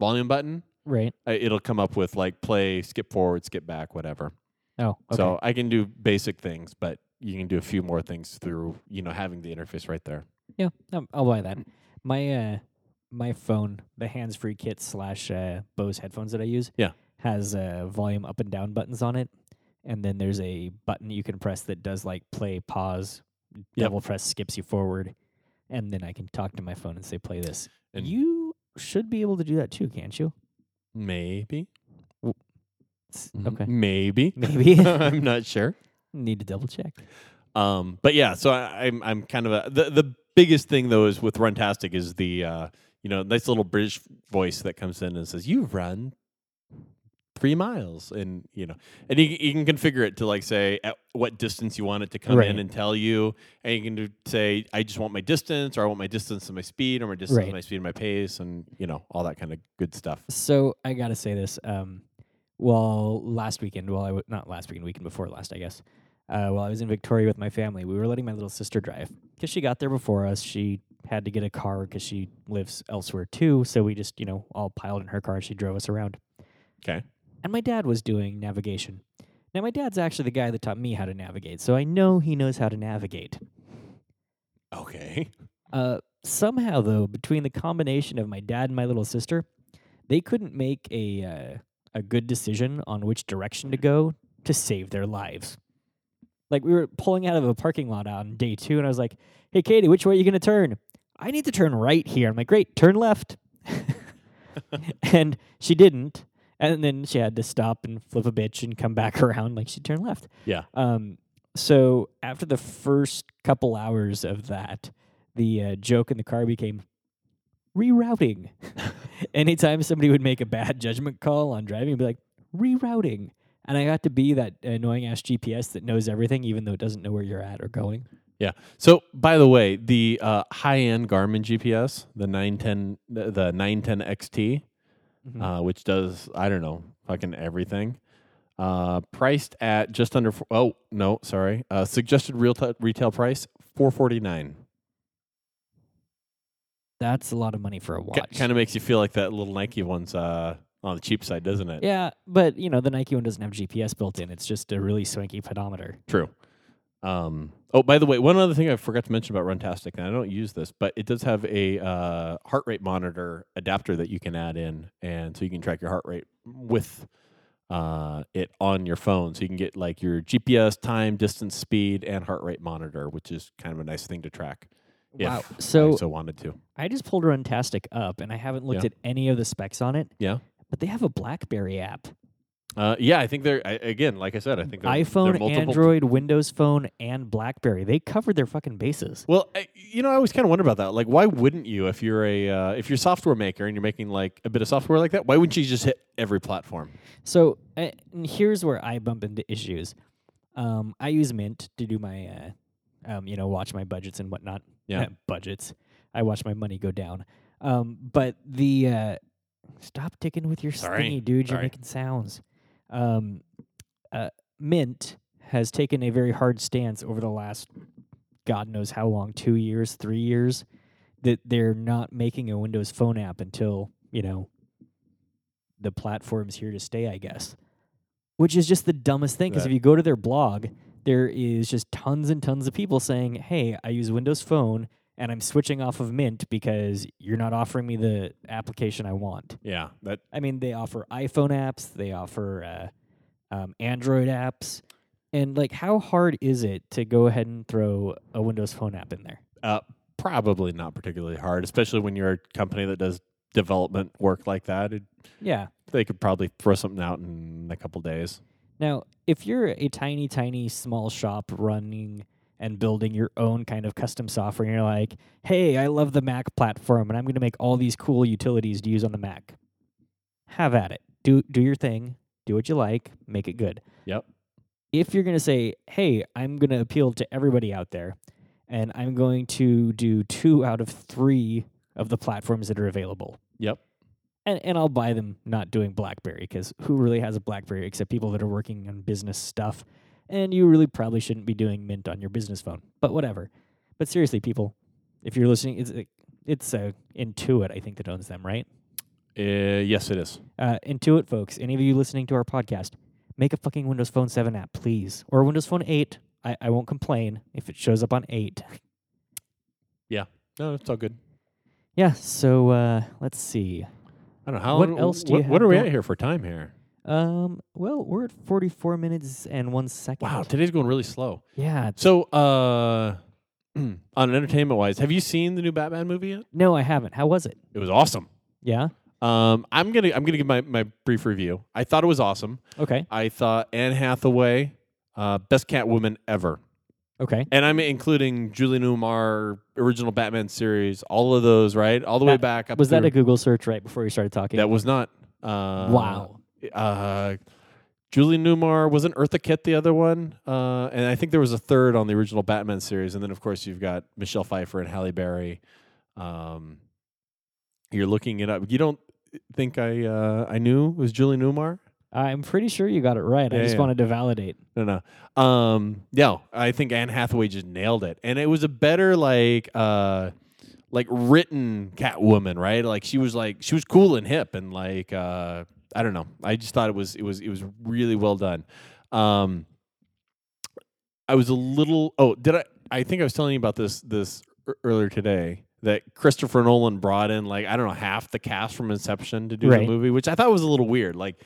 B: volume button,
A: Right.
B: I, it'll come up with like play, skip forward, skip back, whatever.
A: Oh. Okay.
B: So I can do basic things, but you can do a few more things through you know having the interface right there.
A: yeah, um, I'll buy that. My uh, my phone, the hands free kit slash uh, Bose headphones that I use,
B: Yeah.
A: has uh, volume up and down buttons on it, and then there's a button you can press that does like play, pause, double press skips you forward, and then I can talk to my phone and say play this.
B: And
A: you should be able to do that too, can't you?
B: maybe,
A: S-
B: Mm-hmm.
A: Okay.
B: [LAUGHS] maybe,
A: Maybe [LAUGHS]
B: I'm not sure.
A: need to double check.
B: Um, but yeah, so I, I'm I'm kind of a, the the biggest thing though is with Runtastic is the uh, you know nice little British voice that comes in and says you run three miles and you know and you, you can configure it to like say at what distance you want it to come
A: Right.
B: in and tell you and you can do, say I just want my distance or I want my distance and my speed or my distance
A: Right.
B: and my speed and my pace and you know all that kind of good stuff.
A: So I gotta say this. Um, well, last weekend, well, I w- not last weekend, weekend before last, I guess. uh, while I was in Victoria with my family. We were letting my little sister drive because she got there before us. She had to get a car because she lives elsewhere too. So we just, you know, all piled in her car. She drove us around.
B: 'Kay.
A: And my dad was doing navigation. Now, my dad's actually the guy that taught me how to navigate. So I know he knows how to navigate.
B: Okay.
A: Uh, somehow, though, between the combination of my dad and my little sister, they couldn't make a uh, a good decision on which direction to go to save their lives. Like we were pulling out of a parking lot on day two, and I was like, "Hey, Katie, which way are you going to turn? I need to turn right here." I'm like, "Great, turn left," [LAUGHS] and she didn't. And then she had to stop and flip a bitch and come back [LAUGHS] around like she turned left.
B: Yeah.
A: Um, so after the first couple hours of that, the uh, joke in the car became rerouting. [LAUGHS] Anytime somebody would make a bad judgment call on driving, it'd be like rerouting. And I got to be that annoying ass GPS that knows everything, even though it doesn't know where you're at or going.
B: Yeah. So, by the way, the uh, high-end Garmin GPS, the 910, the, the 910 XT,
A: Mhm.
B: uh, which does I don't know fucking everything, uh, priced at just under. Four, oh no, sorry. Uh, suggested real t- retail price four forty nine.
A: That's a lot of money for a watch.
B: Kind of makes you feel like that little Nike one's uh, on the cheap side, doesn't it?
A: yeah, but you know the Nike one doesn't have GPS built in. It's just a really swanky pedometer.
B: True. Um, oh, by the way, one other thing I forgot to mention about Runtastic, and I don't use this, but it does have a uh, heart rate monitor adapter that you can add in, and so you can track your heart rate with uh, it on your phone. So you can get like your GPS, time, distance, speed, and heart rate monitor, which is kind of a nice thing to track.
A: Wow.
B: If
A: So-
B: I so wanted to.
A: I just pulled Runtastic up, and I haven't looked
B: Yeah.
A: at any of the specs on it.
B: Yeah.
A: but they have a BlackBerry app.
B: Uh, yeah, I think they're I, again, like I said, I think they're, they're
A: iPhone,
B: multiple-
A: Android, Windows Phone, and BlackBerry. They covered their fucking bases.
B: Well, I, you know, I always kind of wonder about that. Like, why wouldn't you, if you're a uh, if you're a software maker and you're making like a bit of software like that, why wouldn't you just hit every platform?
A: So uh, and here's where I bump into issues. Um, I use Mint to do my, uh, um, you know, watch my budgets and whatnot. eh,
B: Yeah.
A: budgets. I watch my money go down. Um, but the uh, stop ticking with your
B: Sorry.
A: stingy, dude. You're
B: Sorry.
A: making sounds. Um, uh, Mint has taken a very hard stance over the last, God knows how long, two years, three years, that they're not making a Windows Phone app until you know the platform's here to stay. I guess, which is just the dumbest thing because
B: That-
A: if you go to their blog, there is just tons and tons of people saying, "Hey, I use Windows Phone." And I'm switching off of Mint because you're not offering me the application I want.
B: Yeah, that
A: I mean, they offer iPhone apps, they offer uh, um, Android apps, and like, how hard is it to go ahead and throw a Windows Phone app in there?
B: uh, probably not particularly hard, especially when you're a company that does development work like that. It,
A: Yeah.
B: they could probably throw something out in a couple days.
A: Now, if you're a tiny, tiny, small shop running and building your own kind of custom software, and you're like, hey, I love the Mac platform, and I'm going to make all these cool utilities to use on the Mac. Have at it. Do do your thing. Do what you like. Make it good.
B: Yep.
A: If you're going to say, hey, I'm going to appeal to everybody out there, and I'm going to do two out of three of the platforms that are available,
B: Yep.
A: and and I'll buy them not doing BlackBerry because who really has a BlackBerry except people that are working on business stuff, and you really probably shouldn't be doing Mint on your business phone. But whatever. But seriously, people, if you're listening, it's it's uh, Intuit I think that owns them, right?
B: Uh, yes, it is.
A: Uh, Intuit folks, any of you listening to our podcast, make a fucking Windows Phone Seven app, please, or Windows Phone Eight. I, I won't complain if it shows up on eight. [LAUGHS]
B: No, it's all good.
A: Yeah. So uh, let's see.
B: I don't know how.
A: What
B: long-
A: else do
B: what,
A: you
B: What
A: have
B: are we
A: going-
B: at here for time here?
A: Um. Well, we're at forty-four minutes and one second.
B: Wow, today's going really slow.
A: Yeah.
B: So, uh, [CLEARS THROAT] on entertainment wise, have you seen the new Batman movie yet?
A: No, I haven't. How was it?
B: It was awesome.
A: Yeah.
B: Um, I'm gonna I'm gonna give my, my brief review. I thought it was awesome.
A: Okay.
B: I thought Anne Hathaway, uh, best Catwoman ever,
A: Okay.
B: and I'm including Julie Newmar, original Batman series, all of those, right, all the way
A: That-
B: back up.
A: Was that
B: through-
A: a Google search right before you started talking?
B: that was not? Uh,
A: wow.
B: Uh, Julie Newmar wasn't Eartha Kitt the other one, uh, and I think there was a third on the original Batman series, and then of course you've got Michelle Pfeiffer and Halle Berry. Um, you're looking it up. You don't think I uh, I knew it was Julie Newmar?
A: I'm pretty sure you got it right. I
B: Yeah,
A: just
B: yeah.
A: wanted to validate.
B: No, no. Um, yeah, I think Anne Hathaway just nailed it, and it was a better like, uh, like written Catwoman, right? Like she was like she was cool and hip, and like uh, I don't know. I just thought it was it was it was really well done. Um, I was a little. Oh, did I? I think I was telling you about this this ear- earlier today that Christopher Nolan brought in like I don't know half the cast from Inception to do the
A: Right.
B: movie, which I thought was a little weird. Like,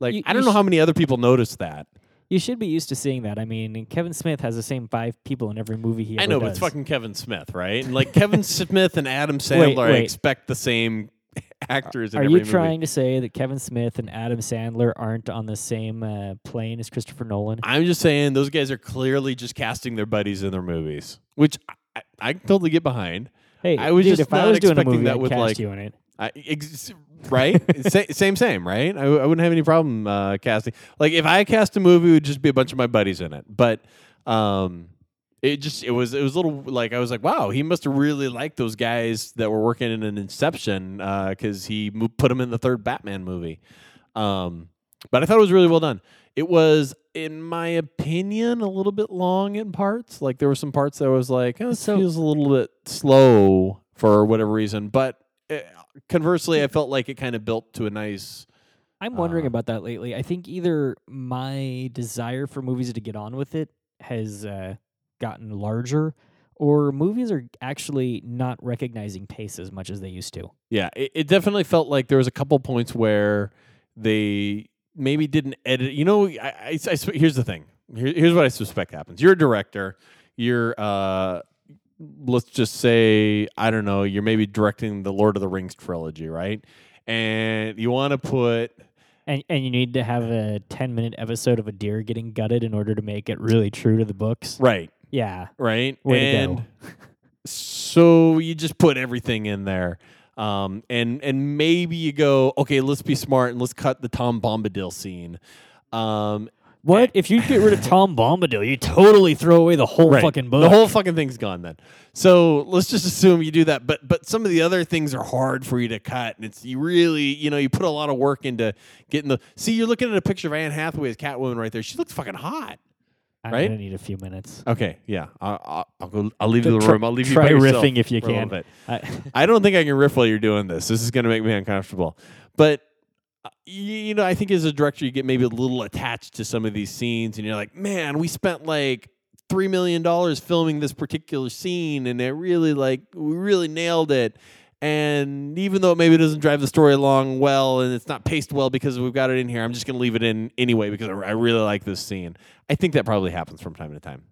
B: like
A: You-
B: I
A: you
B: don't know
A: sh-
B: how many other people noticed that.
A: You should be used to seeing that. I mean, Kevin Smith has the same five people in every movie he ever
B: I know,
A: does.
B: but it's fucking Kevin Smith, right? And
A: [LAUGHS]
B: like Kevin Smith and Adam Sandler, I
A: wait.
B: expect the same [LAUGHS] actors. in
A: Are
B: every
A: you
B: movie.
A: trying to say that Kevin Smith and Adam Sandler aren't on the same uh, plane as Christopher Nolan?
B: I'm just saying those guys are clearly just casting their buddies in their movies, which I, I, I can totally get behind.
A: Hey,
B: I was
A: dude,
B: just
A: if I
B: not
A: was doing a
B: expecting
A: movie,
B: that
A: I'd
B: with,
A: cast
B: like-
A: you in it.
B: I, ex-
A: [LAUGHS]
B: right? Sa- same, same, right? I, I wouldn't have any problem uh, casting. Like if I cast a movie, it would just be a bunch of my buddies in it. But um, it just it was it was a little like I was like, wow, he must have really liked those guys that were working in an Inception because he mo- put them in the third Batman movie. Um, but I thought it was really well done. It was, in my opinion, a little bit long in parts. Like there were some parts that I was like, oh, this
A: So-
B: feels a little bit slow for whatever reason. But eh, conversely, I felt like it kind of built to a nice.
A: I'm wondering
B: Uh,
A: about that lately. I think either my desire for movies to get on with it has uh, gotten larger, or movies are actually not recognizing pace as much as they used to.
B: Yeah, it, it definitely felt like there was a couple points where they maybe didn't edit. You know, I, I- I sus- here's the thing. Here, here's what I suspect happens. You're a director. You're uh, let's just say I don't know. You're maybe directing the Lord of the Rings trilogy, right? And you want to put
A: And and you need to have a 10 minute episode of a deer getting gutted in order to make it really true to the books.
B: right,
A: Yeah.
B: right,
A: Way to go.
B: and so you just put everything in there. Um, and and maybe you go okay. Let's be smart and let's cut the Tom Bombadil scene. Um,
A: What if you get rid [LAUGHS] of Tom Bombadil? You totally throw away the whole
B: Right.
A: fucking book.
B: The whole fucking thing's gone then. So let's just assume you do that. But but some of the other things are hard for you to cut, and it's you really you know you put a lot of work into getting the. See, you're looking at a picture of Anne Hathaway as Catwoman right there. She looks fucking hot.
A: I'm
B: right?
A: gonna need a few minutes.
B: Okay, yeah, I'll, I'll, I'll go. I'll leave you the
A: Try-
B: room. I'll leave you
A: try
B: by yourself
A: riffing if you
B: for a
A: can.
B: little bit.
A: I,
B: I don't think I can riff while you're doing this. This is going to make me uncomfortable. But uh, y- you know, I think as a director, you get maybe a little attached to some of these scenes, and you're like, man, we spent like three million dollars filming this particular scene, and it really like we really nailed it. And even though it maybe doesn't drive the story along well, and it's not paced well because we've got it in here, I'm just going to leave it in anyway because I I really like this scene. I think that probably happens from time to time.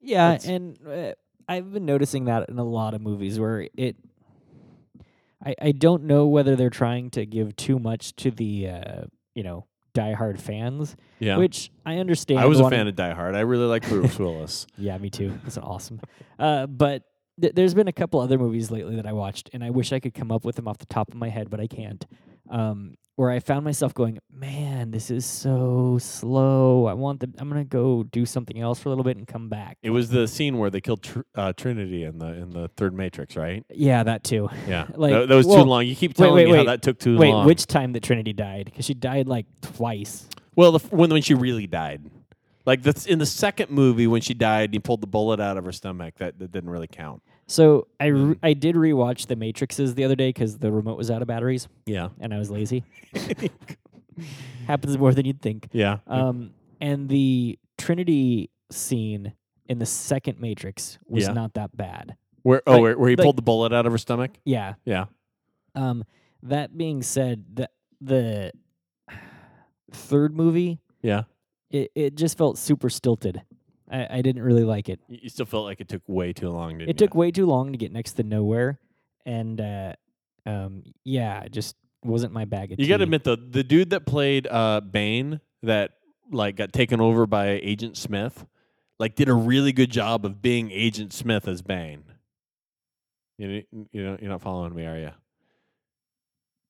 A: Yeah,
B: It's-
A: and uh, I've been noticing that in a lot of movies where it. I I don't know whether they're trying to give too much to the uh, you know diehard fans,
B: Yeah,
A: which I understand.
B: I was a
A: wanting-
B: fan of Die Hard. I really like Bruce Willis.
A: Yeah, me too. It's awesome. Uh, but th- there's been a couple other movies lately that I watched, and I wish I could come up with them off the top of my head, but I can't. Um, where I found myself going, man, this is so slow. I want the. I'm gonna go do something else for a little bit and come back.
B: It was the scene where they killed tr- uh, Trinity in the in the third Matrix, right?
A: Yeah, that too.
B: Yeah,
A: Like,
B: that, that was
A: well,
B: too long. You keep
A: wait,
B: telling
A: wait,
B: me how
A: wait.
B: that took too
A: Wait,
B: long.
A: which time that Trinity died? Because she died like twice.
B: well, the, f- when when she really died, like that's in the second movie when she died, and he pulled the bullet out of her stomach. That that didn't really count.
A: So I
B: Hmm.
A: re- I did rewatch the Matrixes the other day because the remote was out of batteries
B: Yeah,
A: and I was lazy.
B: [LAUGHS]
A: Happens more than you'd think.
B: yeah,
A: Um, and the Trinity scene in the second Matrix was
B: Yeah.
A: not that bad.
B: where oh,
A: like-
B: where, where he
A: like-
B: pulled the bullet out of her stomach.
A: Yeah,
B: Yeah,
A: Um, that being said, the the third movie,
B: Yeah.
A: it, it just felt super stilted. I, I didn't really like it.
B: you, you still felt like it took way too long. Didn't
A: It took way too long to get next to nowhere, and uh, um, yeah, it just wasn't my bag of
B: You got to
A: tea.
B: admit though, the dude that played uh, Bane that like got taken over by Agent Smith, like did a really good job of being Agent Smith as Bane. You know, you know, you're not following me, are you?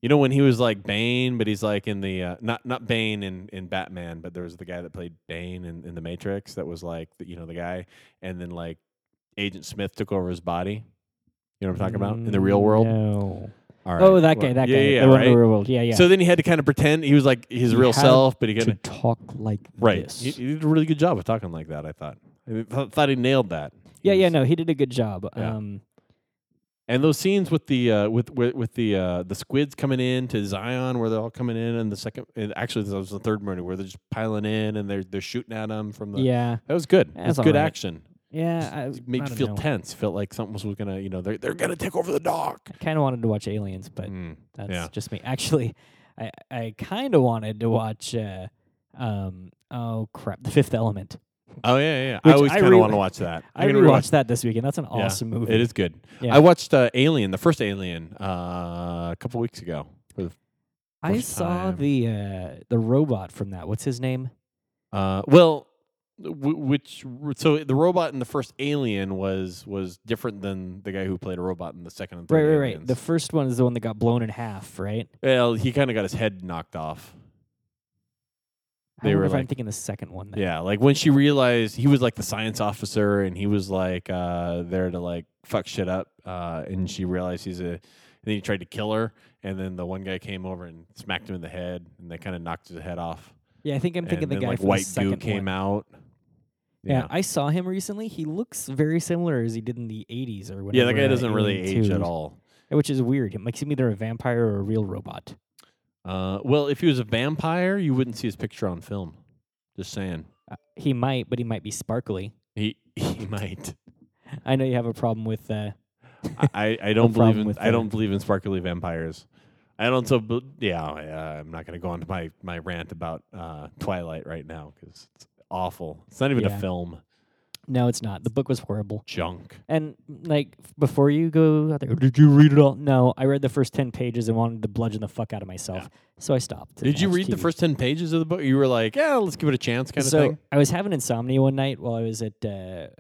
B: You know when he was like Bane, but he's like in the uh, not not Bane in, in Batman, but there was the guy that played Bane in, in the Matrix that was like the, you know the guy, and then like Agent Smith took over his body. You know what I'm talking about in the real world.
A: No.
B: All
A: Mm, Oh, that guy,
B: Well,
A: that
B: yeah,
A: guy,
B: yeah,
A: the one
B: right?
A: who ruled. Yeah, yeah.
B: So then he had to kind of pretend he was like his
A: He
B: real
A: had
B: self, but he
A: to
B: couldn't.
A: talk like
B: Right.
A: this.
B: He, he did a really good job of talking like that. I thought. I th- thought he nailed that. He
A: yeah, yeah.
B: was-
A: No, he did a good job.
B: Yeah.
A: Um,
B: And those scenes with the uh, with, with with the uh, the squids coming in to Zion, where they're all coming in, and the second, and actually that was the third murder, where they're just piling in and they're they're shooting at them from the.
A: yeah,
B: That was good.
A: That's
B: That's good
A: all right.
B: action.
A: yeah. I,
B: It made
A: I
B: you
A: don't
B: feel
A: know.
B: tense. You Felt like something was gonna, you know, they're they're gonna take over the dock.
A: I kind of wanted to watch Aliens, but
B: Mm.
A: that's
B: yeah.
A: just me. Actually, I I kind of wanted to watch. Uh, um. Oh crap! The Fifth Element.
B: Oh yeah, yeah. yeah. I
A: Which
B: always
A: I
B: kind of
A: re-
B: want to watch that.
A: [LAUGHS] I
B: I'm gonna
A: rewatched that this weekend. That's an
B: Yeah,
A: awesome movie.
B: It is good.
A: Yeah.
B: I watched uh, Alien, the first Alien, uh, a couple weeks ago. For the-
A: I
B: First
A: saw
B: time.
A: the uh, the robot from that. What's his name?
B: Uh, well, w- which so the robot in the first Alien was was different than the guy who played a robot in the second and
A: Right,
B: third.
A: right, right.
B: Aliens.
A: The first one is the one that got blown in half, right?
B: well, he kind of got his head knocked off.
A: I
B: They
A: wonder
B: were
A: if I'm
B: like-
A: thinking the second one. Then.
B: Yeah, like when she realized he was like the science officer and he was like uh, there to like fuck shit up, uh, and she realized he's a. And then he tried to kill her, and then the one guy came over and smacked him in the head, and they kind of knocked his head off.
A: Yeah, I think I'm thinking
B: and
A: the
B: then,
A: guy
B: like
A: from
B: white
A: the second
B: goo came
A: one.
B: out.
A: Yeah. I saw him recently. He looks very similar as he did in the 80s or
B: yeah,
A: whatever.
B: that guy
A: uh,
B: doesn't really
A: Alien
B: age
A: 2
B: at all.
A: which is weird. It makes him either a vampire or a real robot.
B: Uh, well, if he was a vampire, you wouldn't see his picture on film. Just saying,
A: Uh, he might, but he might be sparkly.
B: he [LAUGHS] he might.
A: I know you have a problem with. Uh,
B: I,
A: [LAUGHS]
B: I don't believe
A: problem
B: in
A: with
B: I don't
A: that.
B: believe in sparkly vampires. I don't so bel- yeah. I, uh, I'm not going to go on to my my rant about uh, Twilight right now because it's awful. It's not even
A: Yeah.
B: a film.
A: no, it's not. The book was horrible.
B: Junk.
A: And like f- before you go out there, did you read it all? No, I read the first ten pages and wanted to bludgeon the fuck out of myself, so I stopped. and
B: Did you
A: watched
B: read the
A: TV.
B: first ten pages of the book? You were like, yeah, let's give it a chance, kind of
A: so
B: thing.
A: I was having insomnia one night while I was at uh,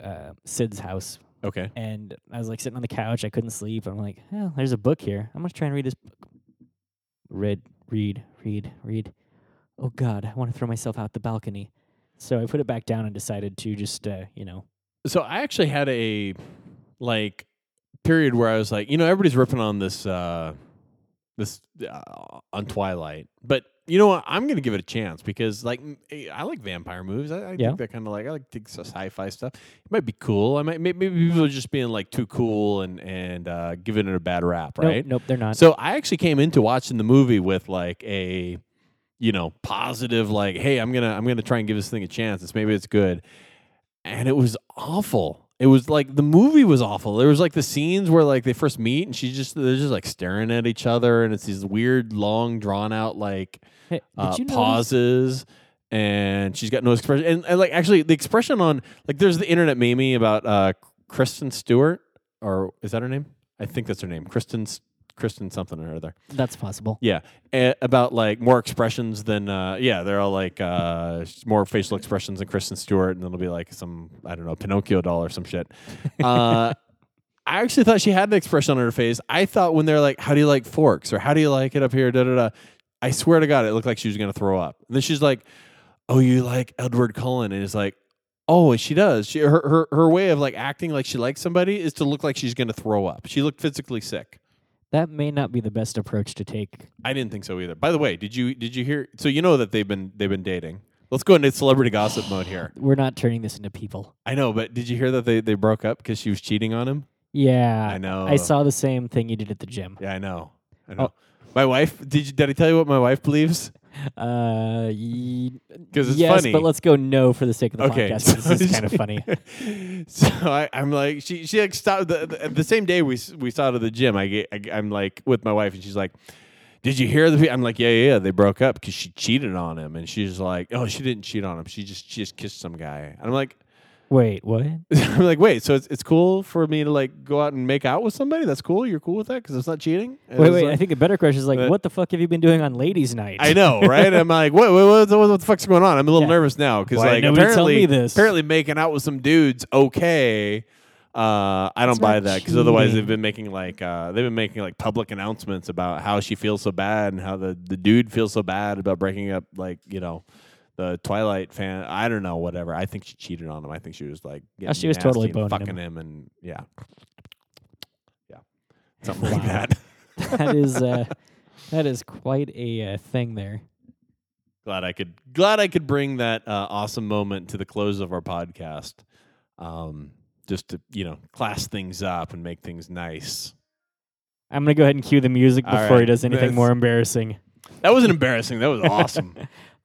A: uh, Sid's house
B: Okay.
A: and I was like sitting on the couch. I couldn't sleep. I'm like, oh, there's a book here. I'm gonna try and read this book. Read, read, read, read. Oh God, I want to throw myself out the balcony. So I put it back down and decided to just, uh, you know,
B: so I actually had a like period where I was like, you know, everybody's ripping on this uh this uh, on Twilight, but you know what? I'm gonna give it a chance because like m- eh, I like vampire movies. I, I
A: Yeah.
B: think they're kind of like I like think s- sci-fi stuff. It might be cool. I might may- maybe people are just being like too cool and and uh, giving it a bad rap,
A: nope,
B: right?
A: Nope, they're not.
B: So I actually came into watching the movie with like a you know positive like hey I'm gonna I'm gonna try and give this thing a chance. It's maybe it's good, and it was awful. It was like the movie was awful. There was like the scenes where like they first meet and she's just they're just like staring at each other and it's these weird long drawn out like
A: Hey, did
B: uh,
A: you notice-
B: pauses and she's got no expression and, and, like actually the expression on like there's the internet meme about uh kristen stewart or is that her name i think that's her name kristen S- kristen something or other
A: That's possible.
B: yeah a- about like more expressions than uh yeah they're all like uh s- more facial expressions than kristen stewart and it'll be like some i don't know pinocchio doll or some shit uh I actually thought she had an expression on her face. I thought when they're like, "How do you like forks?" or "How do you like it up here?" da da da. I swear to God, it looked like she was gonna throw up. And then she's like, "Oh, you like Edward Cullen?" and it's like, "Oh, she does." She her her her way of like acting like she likes somebody is to look like she's gonna throw up. She looked physically sick.
A: That may not be the best approach to take.
B: I didn't think so either. By the way, did you did you hear? So you know that they've been they've been dating. Let's go into celebrity gossip mode here.
A: We're not turning this into people.
B: I know, but did you hear that they they broke up because she was cheating on him?
A: Yeah,
B: I know.
A: I saw the same thing you did at the gym.
B: Yeah, I know. I
A: Oh.
B: know. My wife. Did you, did I tell you what my wife believes?
A: Uh, y-
B: 'Cause it's
A: yes,
B: funny.
A: but let's go no for the sake of the
B: Okay,
A: podcast.
B: so
A: this is
B: [LAUGHS]
A: kind of
B: she-
A: funny.
B: [LAUGHS] so I, I'm like, she she like stopped the, the, the same day we s- we saw it at the gym. I, get, I am like with my wife, and she's like, "Did you hear the?" pe-" I'm like, "Yeah, yeah." yeah, They broke up because she cheated on him, and she's like, "Oh, she didn't cheat on him. She just she just kissed some guy." And I'm like,
A: Wait, what?
B: [LAUGHS] I'm like, wait, so it's, it's cool for me to like go out and make out with somebody? That's cool. You're cool with that because it's not cheating. And
A: Wait,
B: it's
A: wait.
B: like-
A: I think the better question is like,
B: Uh,
A: what the fuck have you been doing on ladies' night?
B: I know, right? I'm like, what, what, what, what the fuck's going on? I'm a little
A: Yeah.
B: nervous now because
A: Why
B: like
A: didn't nobody tell
B: apparently,
A: me this?
B: apparently making out with some dudes okay. Uh, I don't
A: It's
B: buy
A: not
B: that because otherwise
A: cheating.
B: they've been making like uh, they've been making like public announcements about how she feels so bad and how the, the dude feels so bad about breaking up like you know the Twilight fan. I don't know whatever. I think she cheated on him. I think she was like
A: Oh, she
B: getting
A: was totally
B: nasty and
A: boning [LAUGHS]
B: fucking him. and yeah, yeah, something like that.
A: [LAUGHS] That is uh, that is quite a uh, thing there.
B: glad I could glad I could bring that uh, awesome moment to the close of our podcast, um, just to you know class things up and make things nice.
A: I'm gonna go ahead and cue the music
B: All
A: before he
B: right.
A: does anything
B: That's-
A: more embarrassing. [LAUGHS]
B: That wasn't embarrassing. That was awesome.